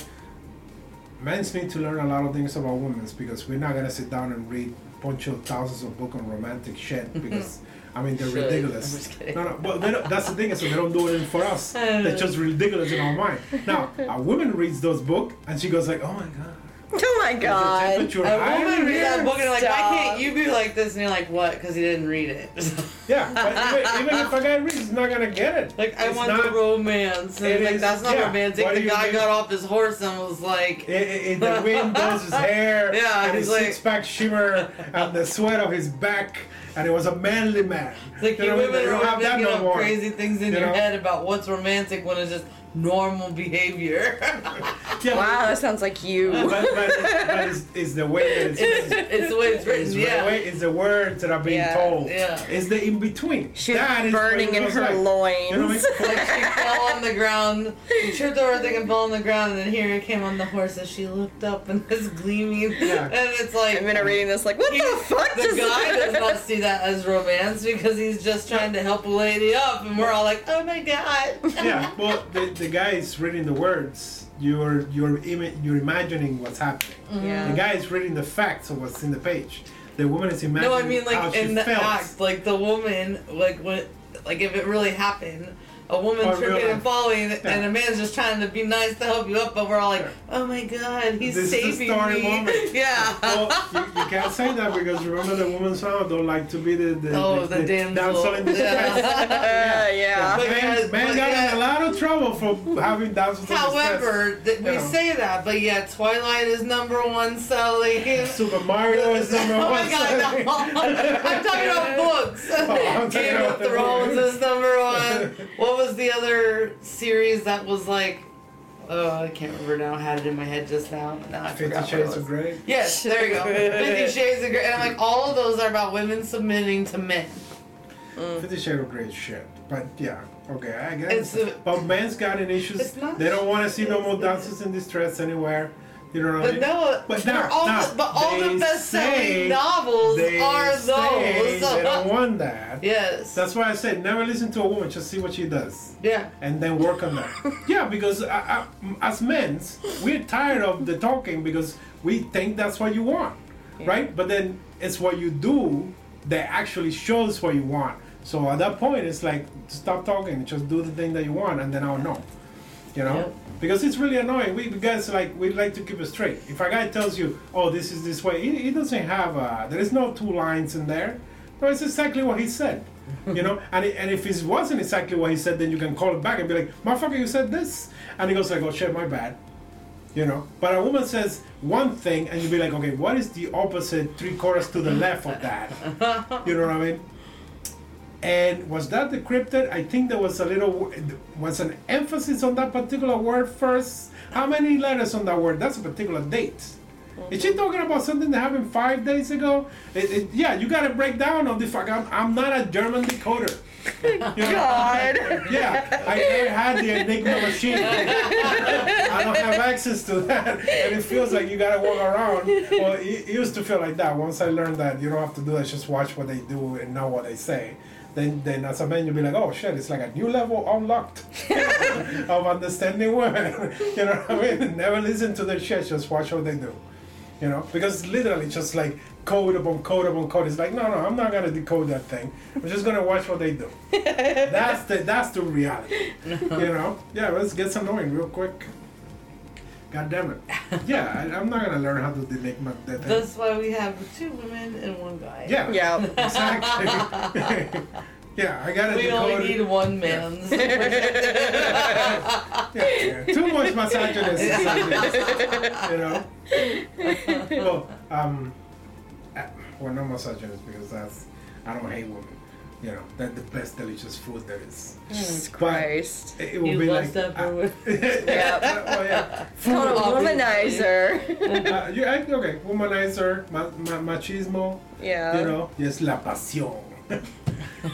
S2: men's need to learn a lot of things about women's because we're not gonna sit down and read a bunch of thousands of book on
S1: *laughs*
S2: romantic shit because I mean they're
S1: Should.
S2: ridiculous.
S1: I'm just kidding. Uh.
S2: No, no, but they don't, that's the thing is that they don't do it for us.
S1: *laughs*
S2: They're just ridiculous in our mind. Now a woman reads those book and she goes like, oh my god.
S3: oh my
S2: Is the
S3: god.
S2: temperature
S1: A
S2: higher
S1: woman read
S2: here?"
S1: that book and they're like,
S3: Stop.
S1: why can't you be like this? And you're like, what? Because he didn't read it. *laughs*
S2: Yeah, but even, even if a guy reads, he's not gonna get it.
S1: like, I
S2: It's
S1: want the
S2: not-
S1: romance. And
S2: It
S1: it's like,
S2: is-
S1: that's not
S2: yeah.
S1: romantic.
S2: Why do
S1: The
S2: you
S1: guy
S2: do-
S1: got off his horse and was like,
S2: It, it, it- the wind blows his
S1: *laughs*
S2: hair,
S1: Yeah,
S2: and his
S1: he's like-
S2: six pack shimmer, and the sweat of his back, and it was a manly man.
S1: it's like you
S2: know,
S1: women
S2: they don't
S1: are
S2: have that
S1: making
S2: no
S1: up
S2: more.
S1: crazy things in
S2: you
S1: your
S2: know?
S1: head about what's romantic when it's just normal behavior. *laughs*
S2: Yeah,
S3: Wow, that sounds like you.
S2: But, but, but it's, it's the way that it's, it's,
S1: it's the way it's written.
S2: the
S1: yeah.
S2: way it's the words that are being
S3: Yeah,
S2: told.
S1: yeah.
S2: It's the in between.
S3: She's
S2: That is what
S3: burning
S2: it
S3: in
S2: was
S3: her
S2: like.
S3: loins.
S2: You know what I mean?
S1: Like she fell on the ground. She tripped over the thing and fell on the ground, and then here came on the horse as she looked up and was gleaming.
S2: Yeah.
S1: *laughs* And it's
S3: *laughs*
S1: like,
S3: I'm gonna reading this like, what
S1: he-
S3: the fuck
S1: the
S3: does
S1: guy does not see that as romance because he's just trying to help a lady up, and we're all like, oh my god.
S2: *laughs* yeah. Well, the, the guy is reading the words. You're you're ima- you're imagining what's happening.
S3: *laughs* Yeah.
S2: The
S1: Mm-hmm.
S2: guy is reading the facts of what's in the page. The woman is imagining
S1: No, I mean
S2: how
S1: like
S2: she
S1: in the
S2: felt.
S1: act, like the woman, like what, like if it really happened, a woman
S2: Oh,
S1: tripping
S2: really?
S1: and falling, and a man's just trying to be nice to help you up, but we're all like,
S2: Yeah.
S1: oh my god, he's
S2: This is the
S1: saving
S2: story
S1: me.
S2: moment.
S1: Yeah.
S2: well, you, you can't say that because remember the woman sound don't like to be the the,
S1: *laughs* Oh, the damsel.
S2: damsel in *laughs* distress.
S1: Yeah.
S3: yeah.
S2: Yeah.
S3: yeah.
S1: But
S2: Man,
S1: guys,
S2: man
S1: but
S2: got
S1: yeah.
S2: in a lot of trouble for having damsel in distress.
S1: However, th- we
S2: Yeah.
S1: say that, but yeah, Twilight is number one selling.
S2: *laughs* Super Mario
S1: *laughs*
S2: is number
S1: oh
S2: one.
S1: my god, no. I'm talking about
S2: *laughs*
S1: books.
S2: Oh, I'm talking
S1: Game
S2: about
S1: of
S2: the
S1: Thrones
S2: books.
S1: is number
S2: *laughs*
S1: one. What was the other series that was like? Oh, I can't remember now. I had it in my head just now. Now I
S2: *laughs* Fifty
S1: forgot. what it
S2: Shades
S1: was.
S2: of Grey.
S1: Yes, there you go. Fifty *laughs* Shades of Grey. And I'm like, all of those are about women submitting to men.
S2: Fifty Shades of Grey is shit. But yeah, okay, I
S1: Mm.
S2: guess.
S1: It's a-
S2: but men's got an issues.
S1: It's not
S2: They don't want to see no
S1: shit,
S2: more
S1: it's not-
S2: dancers in distress anywhere. You know what I
S1: But
S2: mean?
S1: no,
S2: But
S1: they're
S2: now-
S1: all
S2: now,
S1: the, but all
S2: they
S1: the best-selling
S2: say-
S1: novels
S2: they
S1: are those.
S2: say They don't want that.
S1: *laughs* yes.
S2: That's why I said never listen to a woman. Just see what she does,
S1: yeah.
S2: and then work on that. yeah, because I, I, as men, we're tired of the talking because we think that's what you want, right? But then it's what you do that actually shows what you want. So at that point, it's like stop talking, just do the thing that you want, and then I'll know. You know,
S1: Yep.
S2: because it's really annoying. We we guys like we like to keep it straight. If a guy tells you, "Oh, this is this way," he, he doesn't have. uh there is no two lines in there. No, it's exactly what he said. You know, and it, and if it wasn't exactly what he said, then you can call it back and be like, "Motherfucker, you said this," and he goes like, "Oh shit, my bad." You know, but a woman says one thing, and you be like, "Okay, what is the opposite three quarters to the left of that?" You know what I mean? And was that decrypted? I think there was a little was an emphasis on that particular word first. How many letters on that word? That's a particular date. Is she talking about something that happened five days ago? It, it, yeah, you gotta break down on the fact I'm, I'm not a German decoder. *laughs* You know?
S3: God.
S2: Yeah, I never had the Enigma machine. I don't have access to that, and it feels like you gotta walk around. Well, it it used to feel like that. Once I learned that you don't have to do that, just watch what they do and know what they say. Then, then as a man, you'll be like, oh shit, it's like a new level unlocked of understanding women. *laughs* you know what I mean? Never listen to their shit, just watch what they do. You know, because it's literally just like code upon code upon code. It's like, no, no, I'm not gonna decode that thing. I'm just gonna watch what
S1: *laughs*
S2: they do. that's the that's the reality. You know? Yeah, let's get some annoying real quick. God damn it. Yeah, I, I'm not gonna learn how to delete my that thing.
S1: That's why we have two women and one guy.
S2: yeah, *laughs*
S3: Yeah. *laughs*
S1: *laughs*
S2: exactly. *laughs* yeah, I gotta
S1: We
S2: decode
S1: only
S2: it.
S1: need one
S2: *laughs*
S1: man's.
S2: Yeah, yeah. Too much misogynist. is misogynist, you know. Well, um, I- well, not misogynist because that's I don't hate women. You know, that the best delicious food there is.
S3: Jesus
S2: But-
S3: Christ.
S2: It, it would
S1: You
S2: be
S1: lust
S2: like. uh,
S1: after women.
S2: *laughs* yeah. Well, yeah.
S3: Called a
S1: Obviously.
S3: womanizer.
S2: Uh, you act okay. Womanizer, ma- ma- machismo.
S3: *laughs* yeah.
S2: you know, yes, la pasión. *laughs* you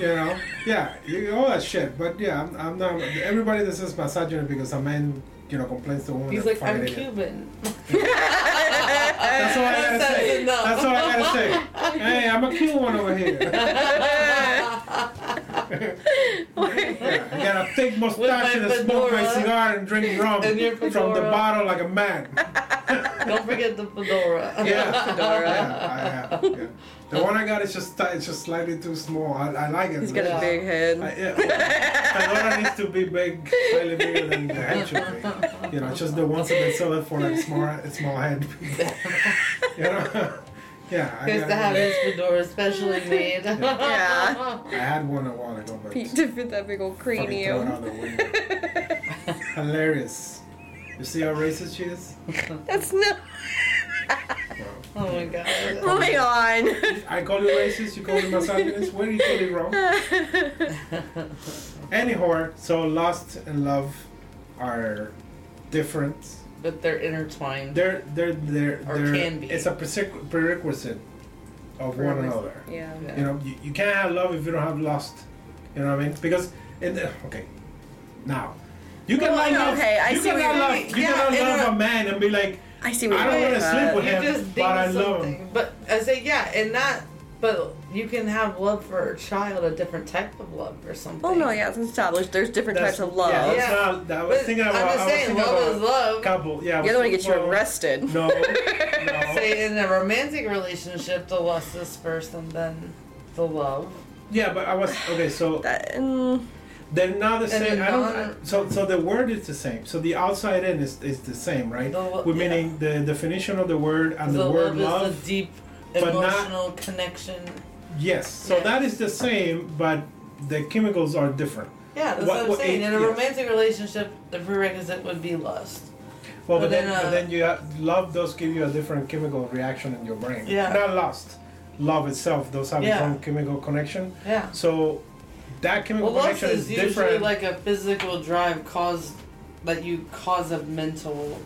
S2: know, yeah, you, all that shit. But yeah, I'm, I'm not. Everybody that says misogyny because a man, you know, complains to a woman.
S1: He's
S2: that
S1: like,
S2: fucking
S1: I'm
S2: idiot.
S1: Cuban.
S2: *laughs*
S1: *laughs*
S2: That's all I gotta
S1: That's
S2: say.
S1: enough.
S2: That's all I gotta say. Hey, I'm a cute one over
S1: *laughs*
S2: here. yeah, I got a thick mustache
S1: With
S2: and
S1: my
S2: I smoke my
S1: fedora.
S2: cigar and drink rum
S1: And your
S2: from the
S1: fedora.
S2: bottle like
S1: *laughs*
S2: a man.
S1: Don't forget the fedora.
S2: Yeah,
S1: *laughs*
S3: Fedora.
S2: yeah, I have. Yeah. The one I got is just ti- it's just slightly too small. I, I like it.
S3: *laughs* He's
S2: but
S3: got a
S2: it's-
S3: big
S2: I,
S3: head.
S2: yeah, Fedora needs to be big, slightly bigger than the head should be. You know, just the ones that they sell it for like small, small head. *laughs*
S3: *laughs*
S2: you know, *laughs* yeah. I,
S1: Because
S2: got-
S1: to have his fedora specially
S2: *laughs*
S1: made.
S3: Yeah.
S2: I had one a while ago, but
S3: Pete did with that big old
S2: fucking throw it
S3: cranium.
S2: out the window. Hilarious. You see how racist she is?
S3: *laughs* That's no. *laughs*
S1: *laughs*
S2: Wow.
S1: Oh my god.
S3: Moving on. *laughs*
S2: I call you racist. You call me misogynist. Where are you totally wrong? Anyhow, so lust and love are different.
S1: *laughs* But they're intertwined.
S2: They're they're they're,
S1: Or
S2: they're
S1: can be.
S2: it's a prerequis- prerequisite of one another.
S3: Yeah.
S1: Yeah.
S2: You know, you, you can't have love if you don't have lust. You know what I mean? Because in the, okay, now you
S1: Oh,
S3: Well,
S2: cannot
S3: I know,
S2: love.
S3: okay, I
S2: you
S3: see what
S2: cannot
S3: you're
S2: love.
S3: doing.
S2: You
S1: Yeah,
S2: cannot
S1: in
S2: love
S1: a-
S2: a man and be like,
S3: I see what
S2: I
S3: you're
S2: don't
S3: doing.
S2: wanna sleep with
S1: you
S2: him,
S1: just
S2: but I
S1: ding
S2: love him.
S1: something. But I say, yeah, and not. But you can have love for a child, a different type of love or something.
S3: Oh no, yeah, it's established. There's different
S2: that's-
S3: types of love.
S2: Yeah, that's
S1: Yeah.
S2: not- that- I was
S1: But
S2: thinking about.
S1: I'm just
S2: I was
S1: saying,
S2: thinking
S1: love
S2: about
S1: is love.
S2: Couple, yeah. I
S3: The other
S2: was
S3: one gets you
S2: thinking about-
S3: arrested.
S1: *laughs*
S2: No, no.
S1: Say in a romantic relationship, the lust is first, and then the love.
S2: Yeah, but I was okay. So
S3: That, mm,
S2: they're not the
S1: And
S2: same.
S1: the
S2: I don't,
S1: non-
S2: so so the word is the same. So the outside in is, is the same, right?
S1: The lo-
S2: We're meaning the definition of the word and the,
S1: the
S2: word
S1: love,
S2: love.
S1: is the deep
S2: but not-
S1: emotional connection.
S2: yes. So
S1: Yeah.
S2: that is the same, but the chemicals are different.
S1: Yeah, that's
S2: What-
S1: what, I'm
S2: what
S1: saying.
S2: it-
S1: in a
S2: yeah.
S1: romantic relationship, the prerequisite would be lust.
S2: Well, but,
S1: But
S2: then,
S1: then, uh,
S2: but then you have, love does give you a different chemical reaction in your brain.
S1: Yeah.
S2: Not lust. Love itself does have its
S1: Yeah.
S2: own chemical connection.
S1: Yeah.
S2: So that chemical
S1: Well, lust
S2: connection
S1: is usually
S2: different.
S1: like a physical drive caused that you cause a mental.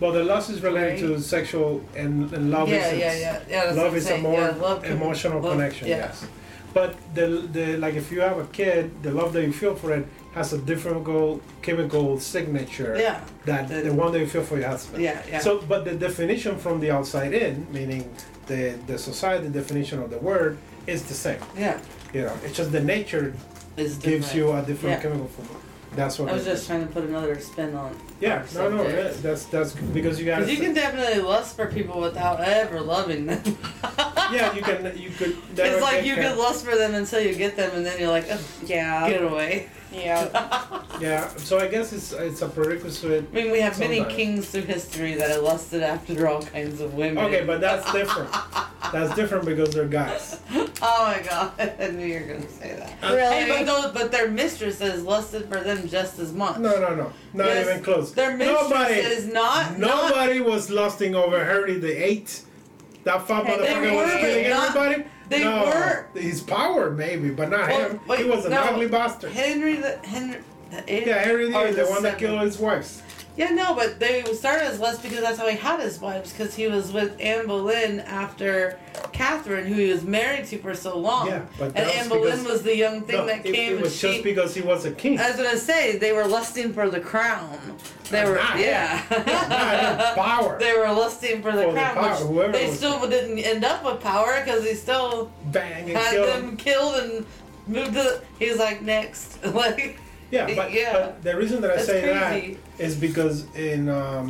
S2: Well, the lust is related
S1: Right.
S2: to sexual and, and love
S1: yeah,
S2: is
S1: yeah, yeah, yeah. That's what
S2: love
S1: I'm
S2: is a
S1: saying.
S2: more
S1: yeah, love can-
S2: emotional
S1: love-
S2: connection.
S1: Yeah.
S2: Yes, but the the like if you have a kid, the love that you feel for it has a different go- chemical signature
S1: Yeah.
S2: that
S1: The-
S2: the one that you feel for your husband.
S1: Yeah, yeah.
S2: So, but the definition from the outside in, meaning the the society definition of the word, is the same.
S1: yeah.
S2: You know, it's just the nature
S1: It's
S2: gives
S1: different.
S2: you a different
S1: Yeah.
S2: chemical form. That's what
S1: I was
S2: it
S1: just
S2: is.
S1: trying to put another spin on.
S2: Yeah, no, no,
S1: subject.
S2: yeah, that's that's because you got.
S1: Because you can definitely lust for people without ever loving them.
S2: yeah, you can. You could.
S1: *laughs*
S2: never
S1: It's like
S2: get
S1: you
S2: that.
S1: could lust for them until you get them, and then you're like, "Ugh,
S3: yeah.
S1: get away.
S2: *laughs*
S3: Yeah.
S2: Yeah, so I guess it's it's a prerequisite.
S1: I mean, we have many
S2: Sometimes.
S1: kings through history that have lusted after all kinds of women.
S2: Okay, but that's different. That's different because they're guys.
S1: Oh my god, *laughs* I knew you were gonna say that.
S3: Really?
S1: Uh, Hey, but, those, but their mistresses lusted for them just as much.
S2: No, no, no, not
S1: Yes,
S2: even close.
S1: Their
S2: nobody,
S1: mistresses, not Not,
S2: nobody was lusting over Harry the Eighth. That fat
S3: Hey, they
S2: motherfucker was
S1: were, but
S2: killing
S1: not-
S2: everybody.
S1: they
S2: no,
S1: were.
S2: his power maybe, but not
S1: Well,
S2: him. he
S1: wait,
S2: was an
S1: no.
S2: ugly bastard.
S1: Henry the Henry the eighth.
S2: yeah, Harry the
S1: or
S2: Eighth, the, one
S1: seventh.
S2: that killed his wife.
S1: Yeah, no, but they started as lust because that's how he had his wives because he was with Anne Boleyn after Catherine, who he was married to for so long.
S2: Yeah, but that
S1: and
S2: was
S1: Anne Boleyn
S2: because-
S1: was the young thing
S2: No,
S1: that
S2: it,
S1: came
S2: it was
S1: and
S2: just
S1: she.
S2: because he was a king.
S1: I was gonna say they were lusting for the crown. They
S2: That's
S1: were,
S2: not-
S1: yeah. *laughs*
S2: Not him, power.
S1: They were lusting for the
S2: For the
S1: crown,
S2: power, whoever
S1: which they
S2: was-
S1: still didn't end up with power because he still
S2: Bang and
S1: had
S2: killed him.
S1: them killed and moved to. He was like next, *laughs* like
S2: Yeah, but,
S1: Yeah.
S2: but the reason that I
S1: That's
S2: say
S1: crazy.
S2: that is because in um,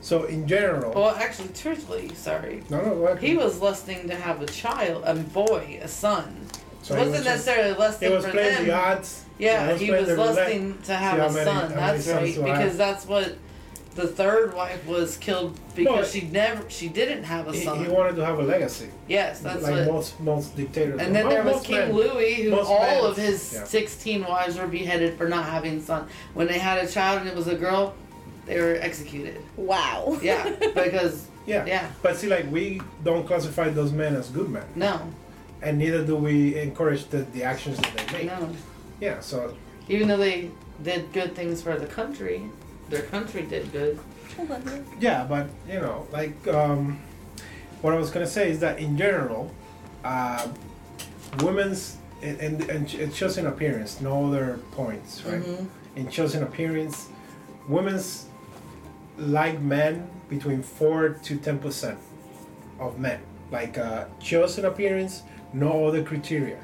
S2: so in general,
S1: well, actually, truthfully, sorry,
S2: no, no, what,
S1: Oh. he was lusting to have a child, a boy, a son.
S2: so
S1: it
S2: he
S1: wasn't
S2: was just-
S1: necessarily
S2: He
S1: lusting
S2: was
S1: for
S2: playing
S1: them.
S2: the odds.
S1: yeah, he
S2: playing
S1: was
S2: the roulette.
S1: lusting to have
S2: how
S1: a
S2: many-
S1: son.
S2: how many
S1: That's
S2: sons
S1: right,
S2: do I have?
S1: because that's what the third wife was killed because
S2: Well,
S1: she never she didn't have a
S2: He,
S1: son.
S2: he wanted to have a legacy,
S1: yes, that's
S2: like
S1: what.
S2: most most dictators.
S1: And then
S2: Mo-
S1: there was
S2: most
S1: King
S2: men.
S1: Louis, who
S2: most
S1: all
S2: men.
S1: of his
S2: Yeah.
S1: 16 wives were beheaded for not having a son. When they had a child and it was a girl, they were executed.
S4: Wow.
S2: *laughs*
S1: Yeah, because
S2: Yeah.
S1: Yeah.
S2: But see, like we don't classify those men as good men,
S1: no,
S2: and neither do we encourage the, the actions that they make.
S1: no.
S2: Yeah. So
S1: Even though they did good things for the country, their country did good.
S4: Hold on here.
S2: yeah, but you know, like um, what I was gonna say is that in general, uh, women's and, and and it's just in appearance, no other points, right? In just in appearance, women's like men between four to ten percent of men, like uh, just in appearance, no other criteria.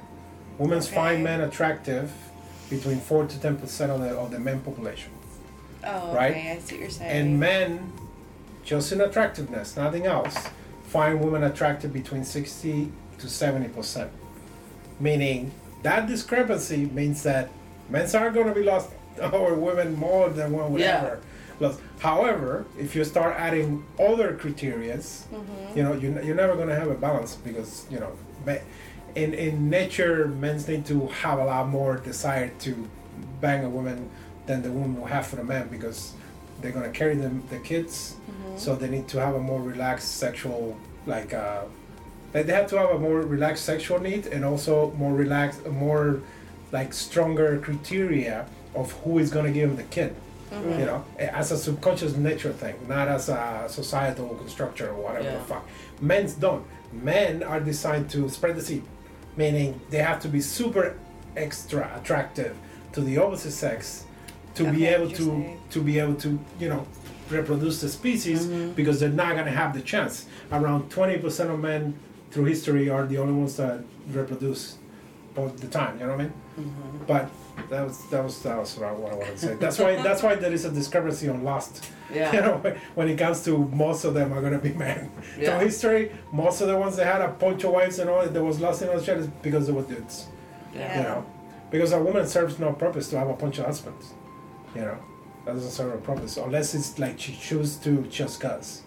S2: Women's find men attractive between four to ten percent of the of the men population.
S3: Oh, okay.
S2: Right?
S3: I see what you're saying.
S2: And men, just in attractiveness, nothing else, find women attractive between 60 to 70%. Meaning that discrepancy means that men are going to be lost or women more than one would
S1: Yeah.
S2: ever lost. However, if you start adding other criterias, you know, you're, you're never going to have a balance because, you know, me- in, in nature, men need to have a lot more desire to bang a woman than the woman will have for the man because they're gonna carry them the kids, so they need to have a more relaxed sexual like uh, like they have to have a more relaxed sexual need and also more relaxed, more like stronger criteria of who is gonna give them the kid. You know, a- as a subconscious nature thing, not as a societal constructor or whatever
S1: Yeah.
S2: the fuck. Men's don't. Men are designed to spread the seed, meaning they have to be super extra attractive to the opposite sex to be
S3: Okay,
S2: able to
S3: interesting.
S2: to be able to you know reproduce the species because they're not gonna have the chance. Around twenty percent of men through history are the only ones that reproduce all the time. You know what I mean? But that was that was that was what I what I wanted to say. That's why that's why there is a discrepancy on Lost.
S1: Yeah.
S2: *laughs* You know, when it comes to most of them are gonna be men.
S1: Yeah.
S2: Through history, most of the ones that had a poncho wives and all that was lost in all shit is because they were dudes. You
S3: Yeah.
S2: know, because a woman serves no purpose to have a bunch of husbands. You know, that doesn't serve a purpose unless it's like she chooses to just cause.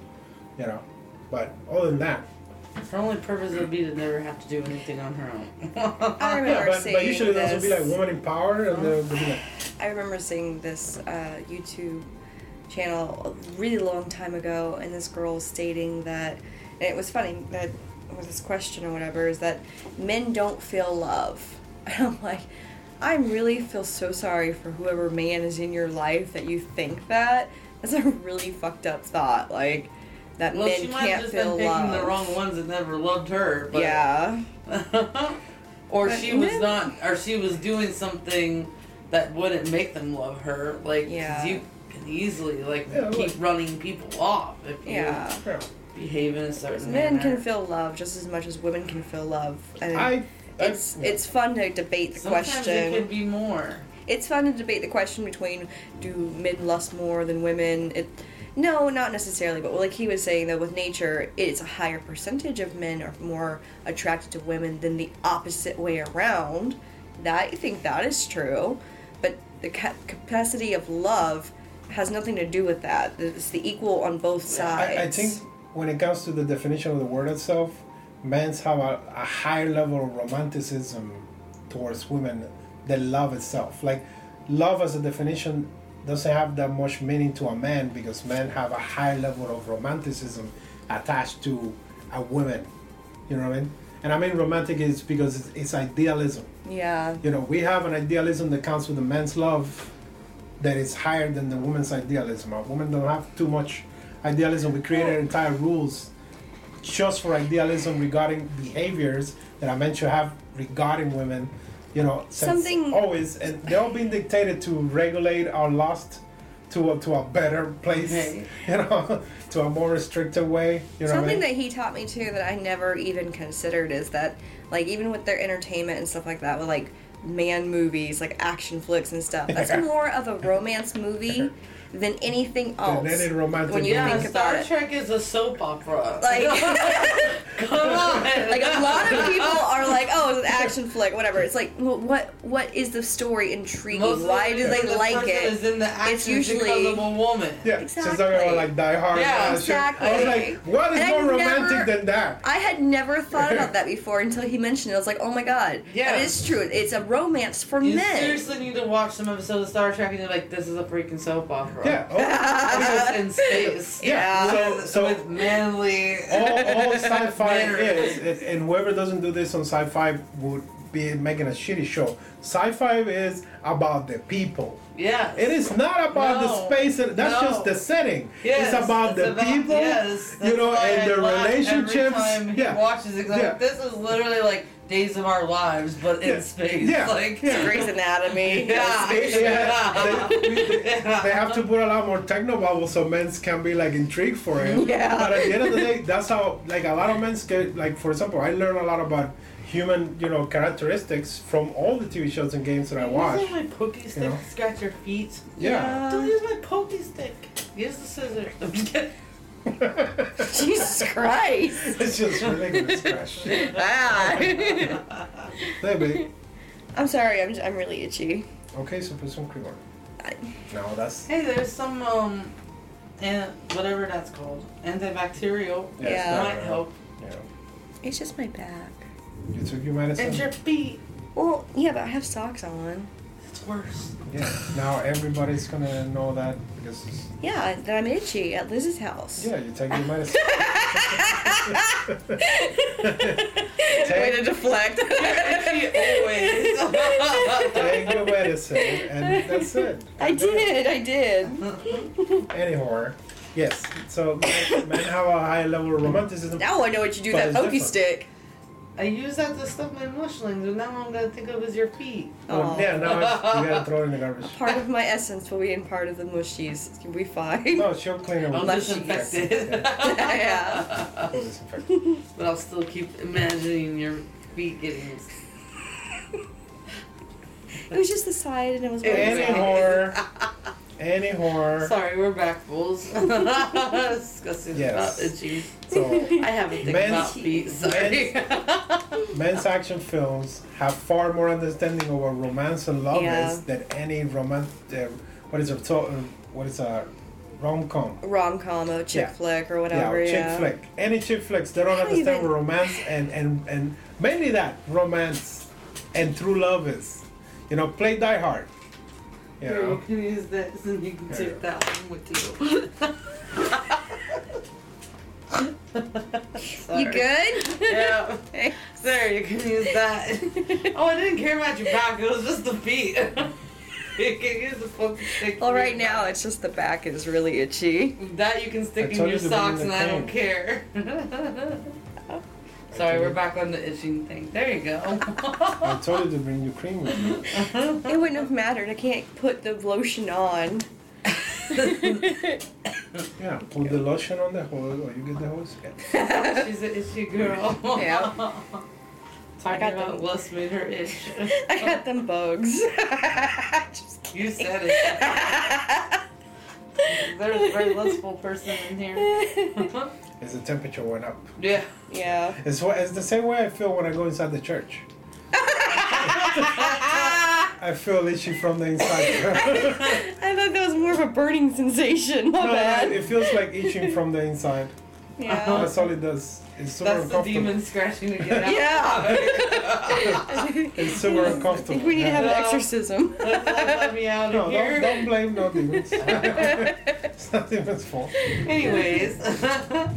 S2: You know, but other than that,
S1: Her only purpose would be to never have to do anything on her
S3: *laughs*
S1: own.
S3: I
S2: yeah.
S3: remember
S2: But,
S3: seeing
S2: but usually
S3: this.
S2: those will be like woman in power, and they'll be like,
S3: I remember seeing this uh, YouTube channel a really long time ago, and this girl stating that and it was funny that with this question or whatever is that men don't feel love, *laughs* and I'm like. I really feel so sorry for whoever man is in your life that you think that. That's a really fucked up thought. Like that
S1: *laughs* well,
S3: men
S1: she might have
S3: can't
S1: just been
S3: feel
S1: picking
S3: love.
S1: the wrong ones that never loved her. But
S3: yeah.
S1: *laughs* or
S3: But
S1: she was
S3: no.
S1: not, or she was doing something that wouldn't make them love her. Like 'cause
S3: Yeah.
S1: you can easily like
S2: Yeah,
S1: keep
S2: look.
S1: running people off if you
S3: Yeah.
S2: yeah.
S1: behave in a certain
S3: Men
S1: manner.
S3: can feel love just as much as women can feel love. And
S2: I, I
S3: it's
S2: yeah.
S3: it's fun to debate the
S1: Sometimes
S3: question.
S1: it could be more.
S3: It's fun to debate the question between do men lust more than women? It no, not necessarily, but like he was saying though with nature, it's a higher percentage of men are more attracted to women than the opposite way around. That I think that is true, but the ca- capacity of love has nothing to do with that. It's the equal on both sides.
S2: I, I think when it comes to the definition of the word itself, men's have a, a higher level of romanticism towards women than love itself. Like, love as a definition doesn't have that much meaning to a man because men have a higher level of romanticism attached to a woman. You know what I mean? And I mean romantic is because it's, it's idealism
S3: yeah.
S2: you know we have an idealism that comes with a man's love that is higher than the woman's idealism a woman don't have too much idealism we created entire rules just for idealism regarding behaviors that a man should have regarding women you know since
S3: Something-
S2: always and they're all being dictated to regulate our lust to a, to a better place
S1: Right.
S2: *laughs* you know to a more restricted way you know what I
S3: Something
S2: mean?
S3: that he taught me too that I never even considered is that, like, even with their entertainment and stuff like that, with like man movies, like action flicks and stuff, that's
S2: *laughs*
S3: more of a romance movie than anything else.
S2: and then in romantic
S3: when you
S2: movies.
S1: Yeah,
S3: think
S1: Star
S3: about it.
S1: Trek is a soap opera.
S3: Like,
S1: *laughs*
S5: *laughs*
S1: come on. it.
S5: Like a lot of
S2: *laughs*
S5: people are like, oh, it's an action flick, whatever. It's like, well, what what is the story intriguing?
S1: Most of the
S5: Why do
S1: reason
S5: they
S1: the
S5: like
S1: person
S5: it?
S1: Is in the action
S5: usually-
S1: because of a woman.
S2: Yeah, she's talking about
S5: Exactly.
S2: like Die Hard.
S1: Yeah,
S2: and all that shit. I was
S5: exactly.
S2: like, what is
S5: And
S2: more
S5: I've never-
S2: romantic than that?
S5: I had never thought
S2: *laughs*
S5: about that before until he mentioned it. I was like, oh my god,
S1: Yeah.
S5: that is true. It's a romance for
S1: You
S5: men.
S1: seriously need to watch some episode of Star Trek and you're like, this is a freaking soap opera.
S2: Yeah.
S1: *laughs*
S2: Oh,
S5: *laughs*
S1: This is in space.
S2: yeah.
S1: So,
S2: So, oh, so
S1: with manly. *laughs*
S2: all, all sci-fi
S1: Better.
S2: is, and- and whoever doesn't do this on sci-fi would be making a shitty show. Sci-fi is about the people.
S1: Yes.
S2: It is not about
S1: No.
S2: the space. and- That's
S1: No.
S2: just the setting.
S1: Yes,
S2: it's about the people.
S1: Yes,
S2: you know,
S1: that's why
S2: and
S1: I
S2: the
S1: laugh Every
S2: relationships.
S1: time he
S2: yeah.
S1: watches it, 'cause I'm like,
S2: Yeah.
S1: this is literally like Days of Our Lives, but in
S2: Yeah.
S1: space.
S2: Yeah.
S1: Like,
S2: Yeah.
S3: Grey's Anatomy.
S1: *laughs* Yeah.
S2: They- yeah, they-
S1: Yeah.
S2: They have to put a lot more techno bubbles so men can be like intrigued for it.
S3: Yeah.
S2: But at the end of the day, that's how like a lot of men get like for example, I learn a lot about human you know characteristics from all the TV shows and games that I watch.
S1: Using my pokey stick
S2: know?
S1: to scratch your feet.
S2: Yeah. *laughs*
S1: Don't use my pokey stick. Use the scissors. I'm just kidding.
S3: *laughs* Jesus Christ.
S2: it's just ridiculous. Crash.
S3: Ah.
S2: Hey, babe.
S3: I'm sorry, I'm, I'm really itchy.
S2: Okay, so put some cream on.
S3: I-
S2: No, that's
S1: Hey, there's some um, and whatever that's called, antibacterial.
S2: yeah. it's
S3: Yeah.
S2: not-
S1: Might help.
S2: Yeah.
S3: It's just my back.
S2: You took your medicine.
S1: And your feet.
S3: Well, yeah, but I have socks on.
S1: It's worse. *laughs*
S2: Yeah. Now everybody's gonna know that because it's-
S3: Yeah, that I'm itchy at Liz's house. *laughs*
S2: yeah, you take your medicine.
S3: Way to deflect.
S1: Itchy always.
S2: take your medicine, and that's it.
S3: I did, I did.
S2: Anyhow, yes. So men, men have a high level of romanticism.
S3: Now I know what you do
S2: But
S3: that
S2: it's
S3: pokey
S2: different.
S3: stick.
S1: I use that to stuff my mushrooms, and now I'm gonna think of as your feet.
S2: Well,
S3: Aw.
S2: yeah, now it's, you gotta throw it in the garbage.
S3: Part of my essence will be in part of the mushies. You'll be fine.
S2: No, she'll clean it.
S1: I'm
S2: with-
S1: disinfected.
S2: *laughs*
S3: Yeah.
S2: with disinfectant.
S1: *laughs* But I'll still keep imagining your feet getting.
S3: It was just the side and it was one *laughs*
S2: Anyhow, anyhow.
S1: Sorry, we're back, fools. *laughs* Discussing
S2: Yes.
S1: about itchy.
S2: So
S1: I have a thing
S2: Men's-
S1: about feet. Sorry. *laughs*
S2: men's action films have far more understanding of what romance and love
S3: Yeah.
S2: is than any romance. Uh, what is a to- uh, what is a rom com?
S3: Rom com or chick
S2: Yeah.
S3: flick or
S2: Yeah,
S3: whatever.
S2: or
S3: Yeah,
S2: chick flick. Any chick flicks, they don't
S3: How
S2: understand
S3: even-
S2: what romance and, and and mainly that romance and true love is. You know, play Die Hard. You
S1: Here, you
S2: know,
S1: can use this and you can
S2: There you
S1: take
S2: go.
S1: that one with you. *laughs* Sorry.
S3: You good? *laughs*
S1: Yeah.
S3: Hey.
S1: There, you can use that. *laughs* Oh, I didn't care about your back. It was just the feet. *laughs* you can use the fucking
S3: *laughs*
S1: stick.
S3: Well,
S1: for your
S3: right now it's just the back is really itchy.
S1: back. That you can
S2: I
S1: stick in
S2: told
S1: your
S2: you to bring
S1: socks
S2: the
S1: and I don't
S2: thing.
S1: care. *laughs* Sorry, we're back on the itching thing. There you
S2: *laughs* I
S1: go.
S2: told you to bring you cream with you.
S3: It wouldn't have mattered. I can't put the lotion on. *laughs*
S2: Yeah, put the lotion on the hose, or you get the hose. Yeah.
S1: She's an itchy girl.
S3: Yeah.
S1: *laughs* Talking
S3: got
S1: about
S3: them.
S1: lust made her itch. *laughs*
S3: I got them bugs. *laughs* Just kidding.
S1: you said it. *laughs* There's a very lustful person in here.
S2: As the temperature went up.
S1: *laughs* yeah.
S3: *laughs* yeah. *laughs*
S2: It's, wha- it's the same way I feel when I go inside the church. I feel itchy from the inside. *laughs*
S3: I thought that was more of a burning sensation. My
S2: no, no,
S3: bad.
S2: it feels like itching from the inside.
S3: yeah.
S2: *laughs* That's all it does. It's super
S1: That's the
S2: uncomfortable.
S1: demon scratching *laughs* to get out.
S3: Yeah.
S2: It's super
S3: I
S2: uncomfortable.
S3: think we need to have an
S1: Yeah.
S3: exorcism.
S1: Let, let- let me out of
S2: no,
S1: here.
S2: don't, don't blame no
S3: *laughs*
S2: demons. it's not demons' fault.
S1: Anyways, *laughs* do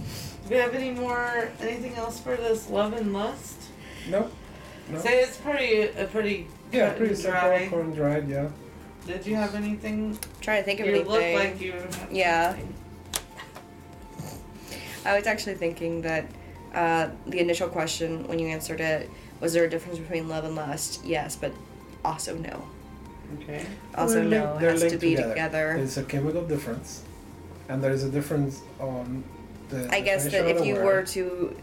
S1: we have any more anything else for this love and lust?
S2: No. No.
S1: Say it's pretty a pretty
S2: Yeah,
S1: cut
S2: pretty
S1: and
S2: simple,
S1: dry.
S2: corn dried, yeah.
S1: Did you have anything?
S3: trying to think of
S1: You
S3: anything.
S1: look like you. have
S3: Yeah.
S1: something.
S3: I was actually thinking that uh, the initial question when you answered it was there a difference between love and lust? Yes, but also no.
S1: Okay.
S3: Also
S2: They're linked-
S3: no. It
S2: they're
S3: has to
S2: linked
S3: be together.
S2: There's a chemical difference, and there is a difference on the.
S3: I guess that
S2: definition of
S3: if
S2: the
S3: you
S2: word.
S3: were to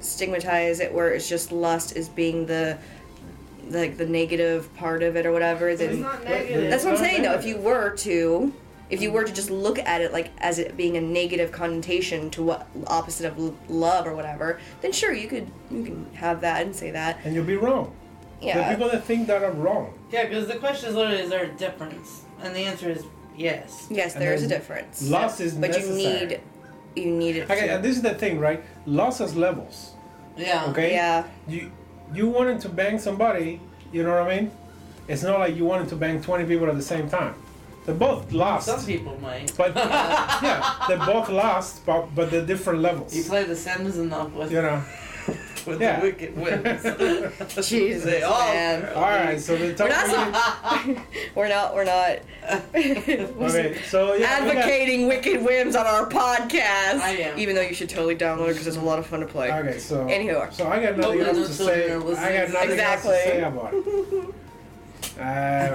S3: stigmatize it, where it's just lust as being the like the negative part of it or whatever,
S1: It's
S3: then
S1: not negative.
S3: that's what I'm saying. Though, if you were to, If you were to just look at it like as it being a negative connotation to what opposite of l- love or whatever, then sure you could you can have that and say that.
S2: and you'll be wrong. The
S3: Yeah.
S2: people that think that are wrong.
S1: Yeah, because the question is literally, is there a difference? And the answer is yes.
S3: yes,
S2: And
S3: there is a
S2: there's
S3: difference.
S2: Loss is
S3: but you
S2: necessary.
S3: need you need it.
S2: Okay,
S3: to-
S2: and this is the thing, right? Loss has levels.
S1: Yeah.
S2: Okay.
S3: Yeah.
S2: You you wanted to bang somebody. You know what I mean? It's not like you wanted to bang twenty people at the same time. They both lost.
S1: Some people might.
S2: But yeah, they both lost, but but they're different levels.
S1: You play The Sims enough with,
S2: You know.
S1: with
S2: yeah.
S1: the Wicked
S2: *laughs*
S1: Witch.
S3: Jesus,
S1: they all.
S3: man.
S2: All right, so
S3: We're
S2: we're talking.
S3: not, *laughs* we're not. We're not.
S2: *laughs* Okay, so yeah, we got-
S3: *laughs* advocating wicked whims on our podcast.
S1: I am.
S3: Even though you should totally download it because it's a lot of fun to play.
S2: Okay, so
S3: Anywho.
S2: so I got nothing
S1: Hopefully
S2: else
S1: those
S2: to
S1: children
S2: say.
S1: are listening.
S2: I got nothing
S3: Exactly.
S2: else to say about it.
S3: *laughs*
S2: Uh,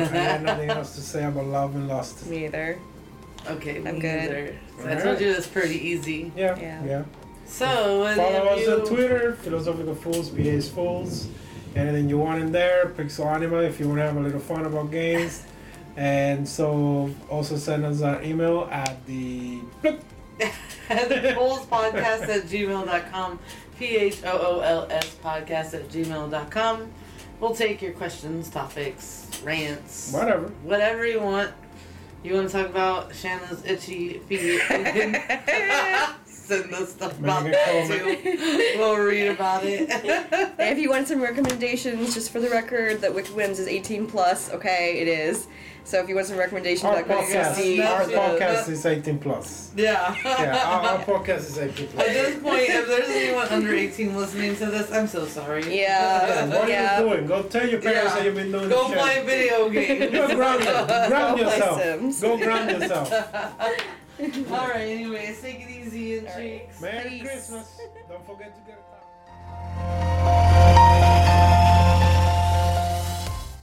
S2: I got nothing else to say about love and lust.
S3: Me
S1: *laughs*
S3: either.
S1: Okay, me
S3: I'm good.
S1: neither. So I
S2: Alright.
S1: told you this pretty easy.
S2: Yeah,
S3: Yeah.
S2: yeah.
S1: So, what
S2: Follow
S1: have
S2: us
S1: you...
S2: on Twitter, Philosophical Fools, PA's Fools. Anything you want in there, Pixel Anima, if you want to have a little fun about games. And so, also send us an email at the
S1: the polls podcast at gmail.com p-h-o-o-l-s podcast at gmail.com we'll take your questions topics rants
S2: whatever.
S1: whatever you want you want to talk about shanna's itchy feet send us stuff about
S2: Make a
S1: that too we'll read about it
S3: And *laughs* if you want some recommendations, just for the record, that Wicked Whims is 18 plus. Okay, it is. So if you want some recommendations
S2: Our
S3: about going to see,
S2: podcast,
S1: That's
S2: our
S1: it.
S2: podcast is 18 plus.
S1: yeah,
S2: Yeah, our,
S3: *laughs*
S2: our podcast is 18 plus.
S1: at this point if there's anyone under 18 listening to this i'm so sorry
S3: Yeah.
S2: What
S3: Yeah.
S2: are you doing? Go tell your parents
S1: Yeah.
S2: that you've been
S1: *laughs*
S2: doing
S1: go
S2: the show.
S1: play video games
S3: *laughs*
S2: Go ground, ground
S3: Go play
S2: yourself.
S3: Sims.
S2: Go
S3: *laughs*
S2: ground yourself.
S1: All right, anyways, take it easy and cheeks.
S2: Merry
S3: Peace.
S2: Christmas. Don't forget to get a towel.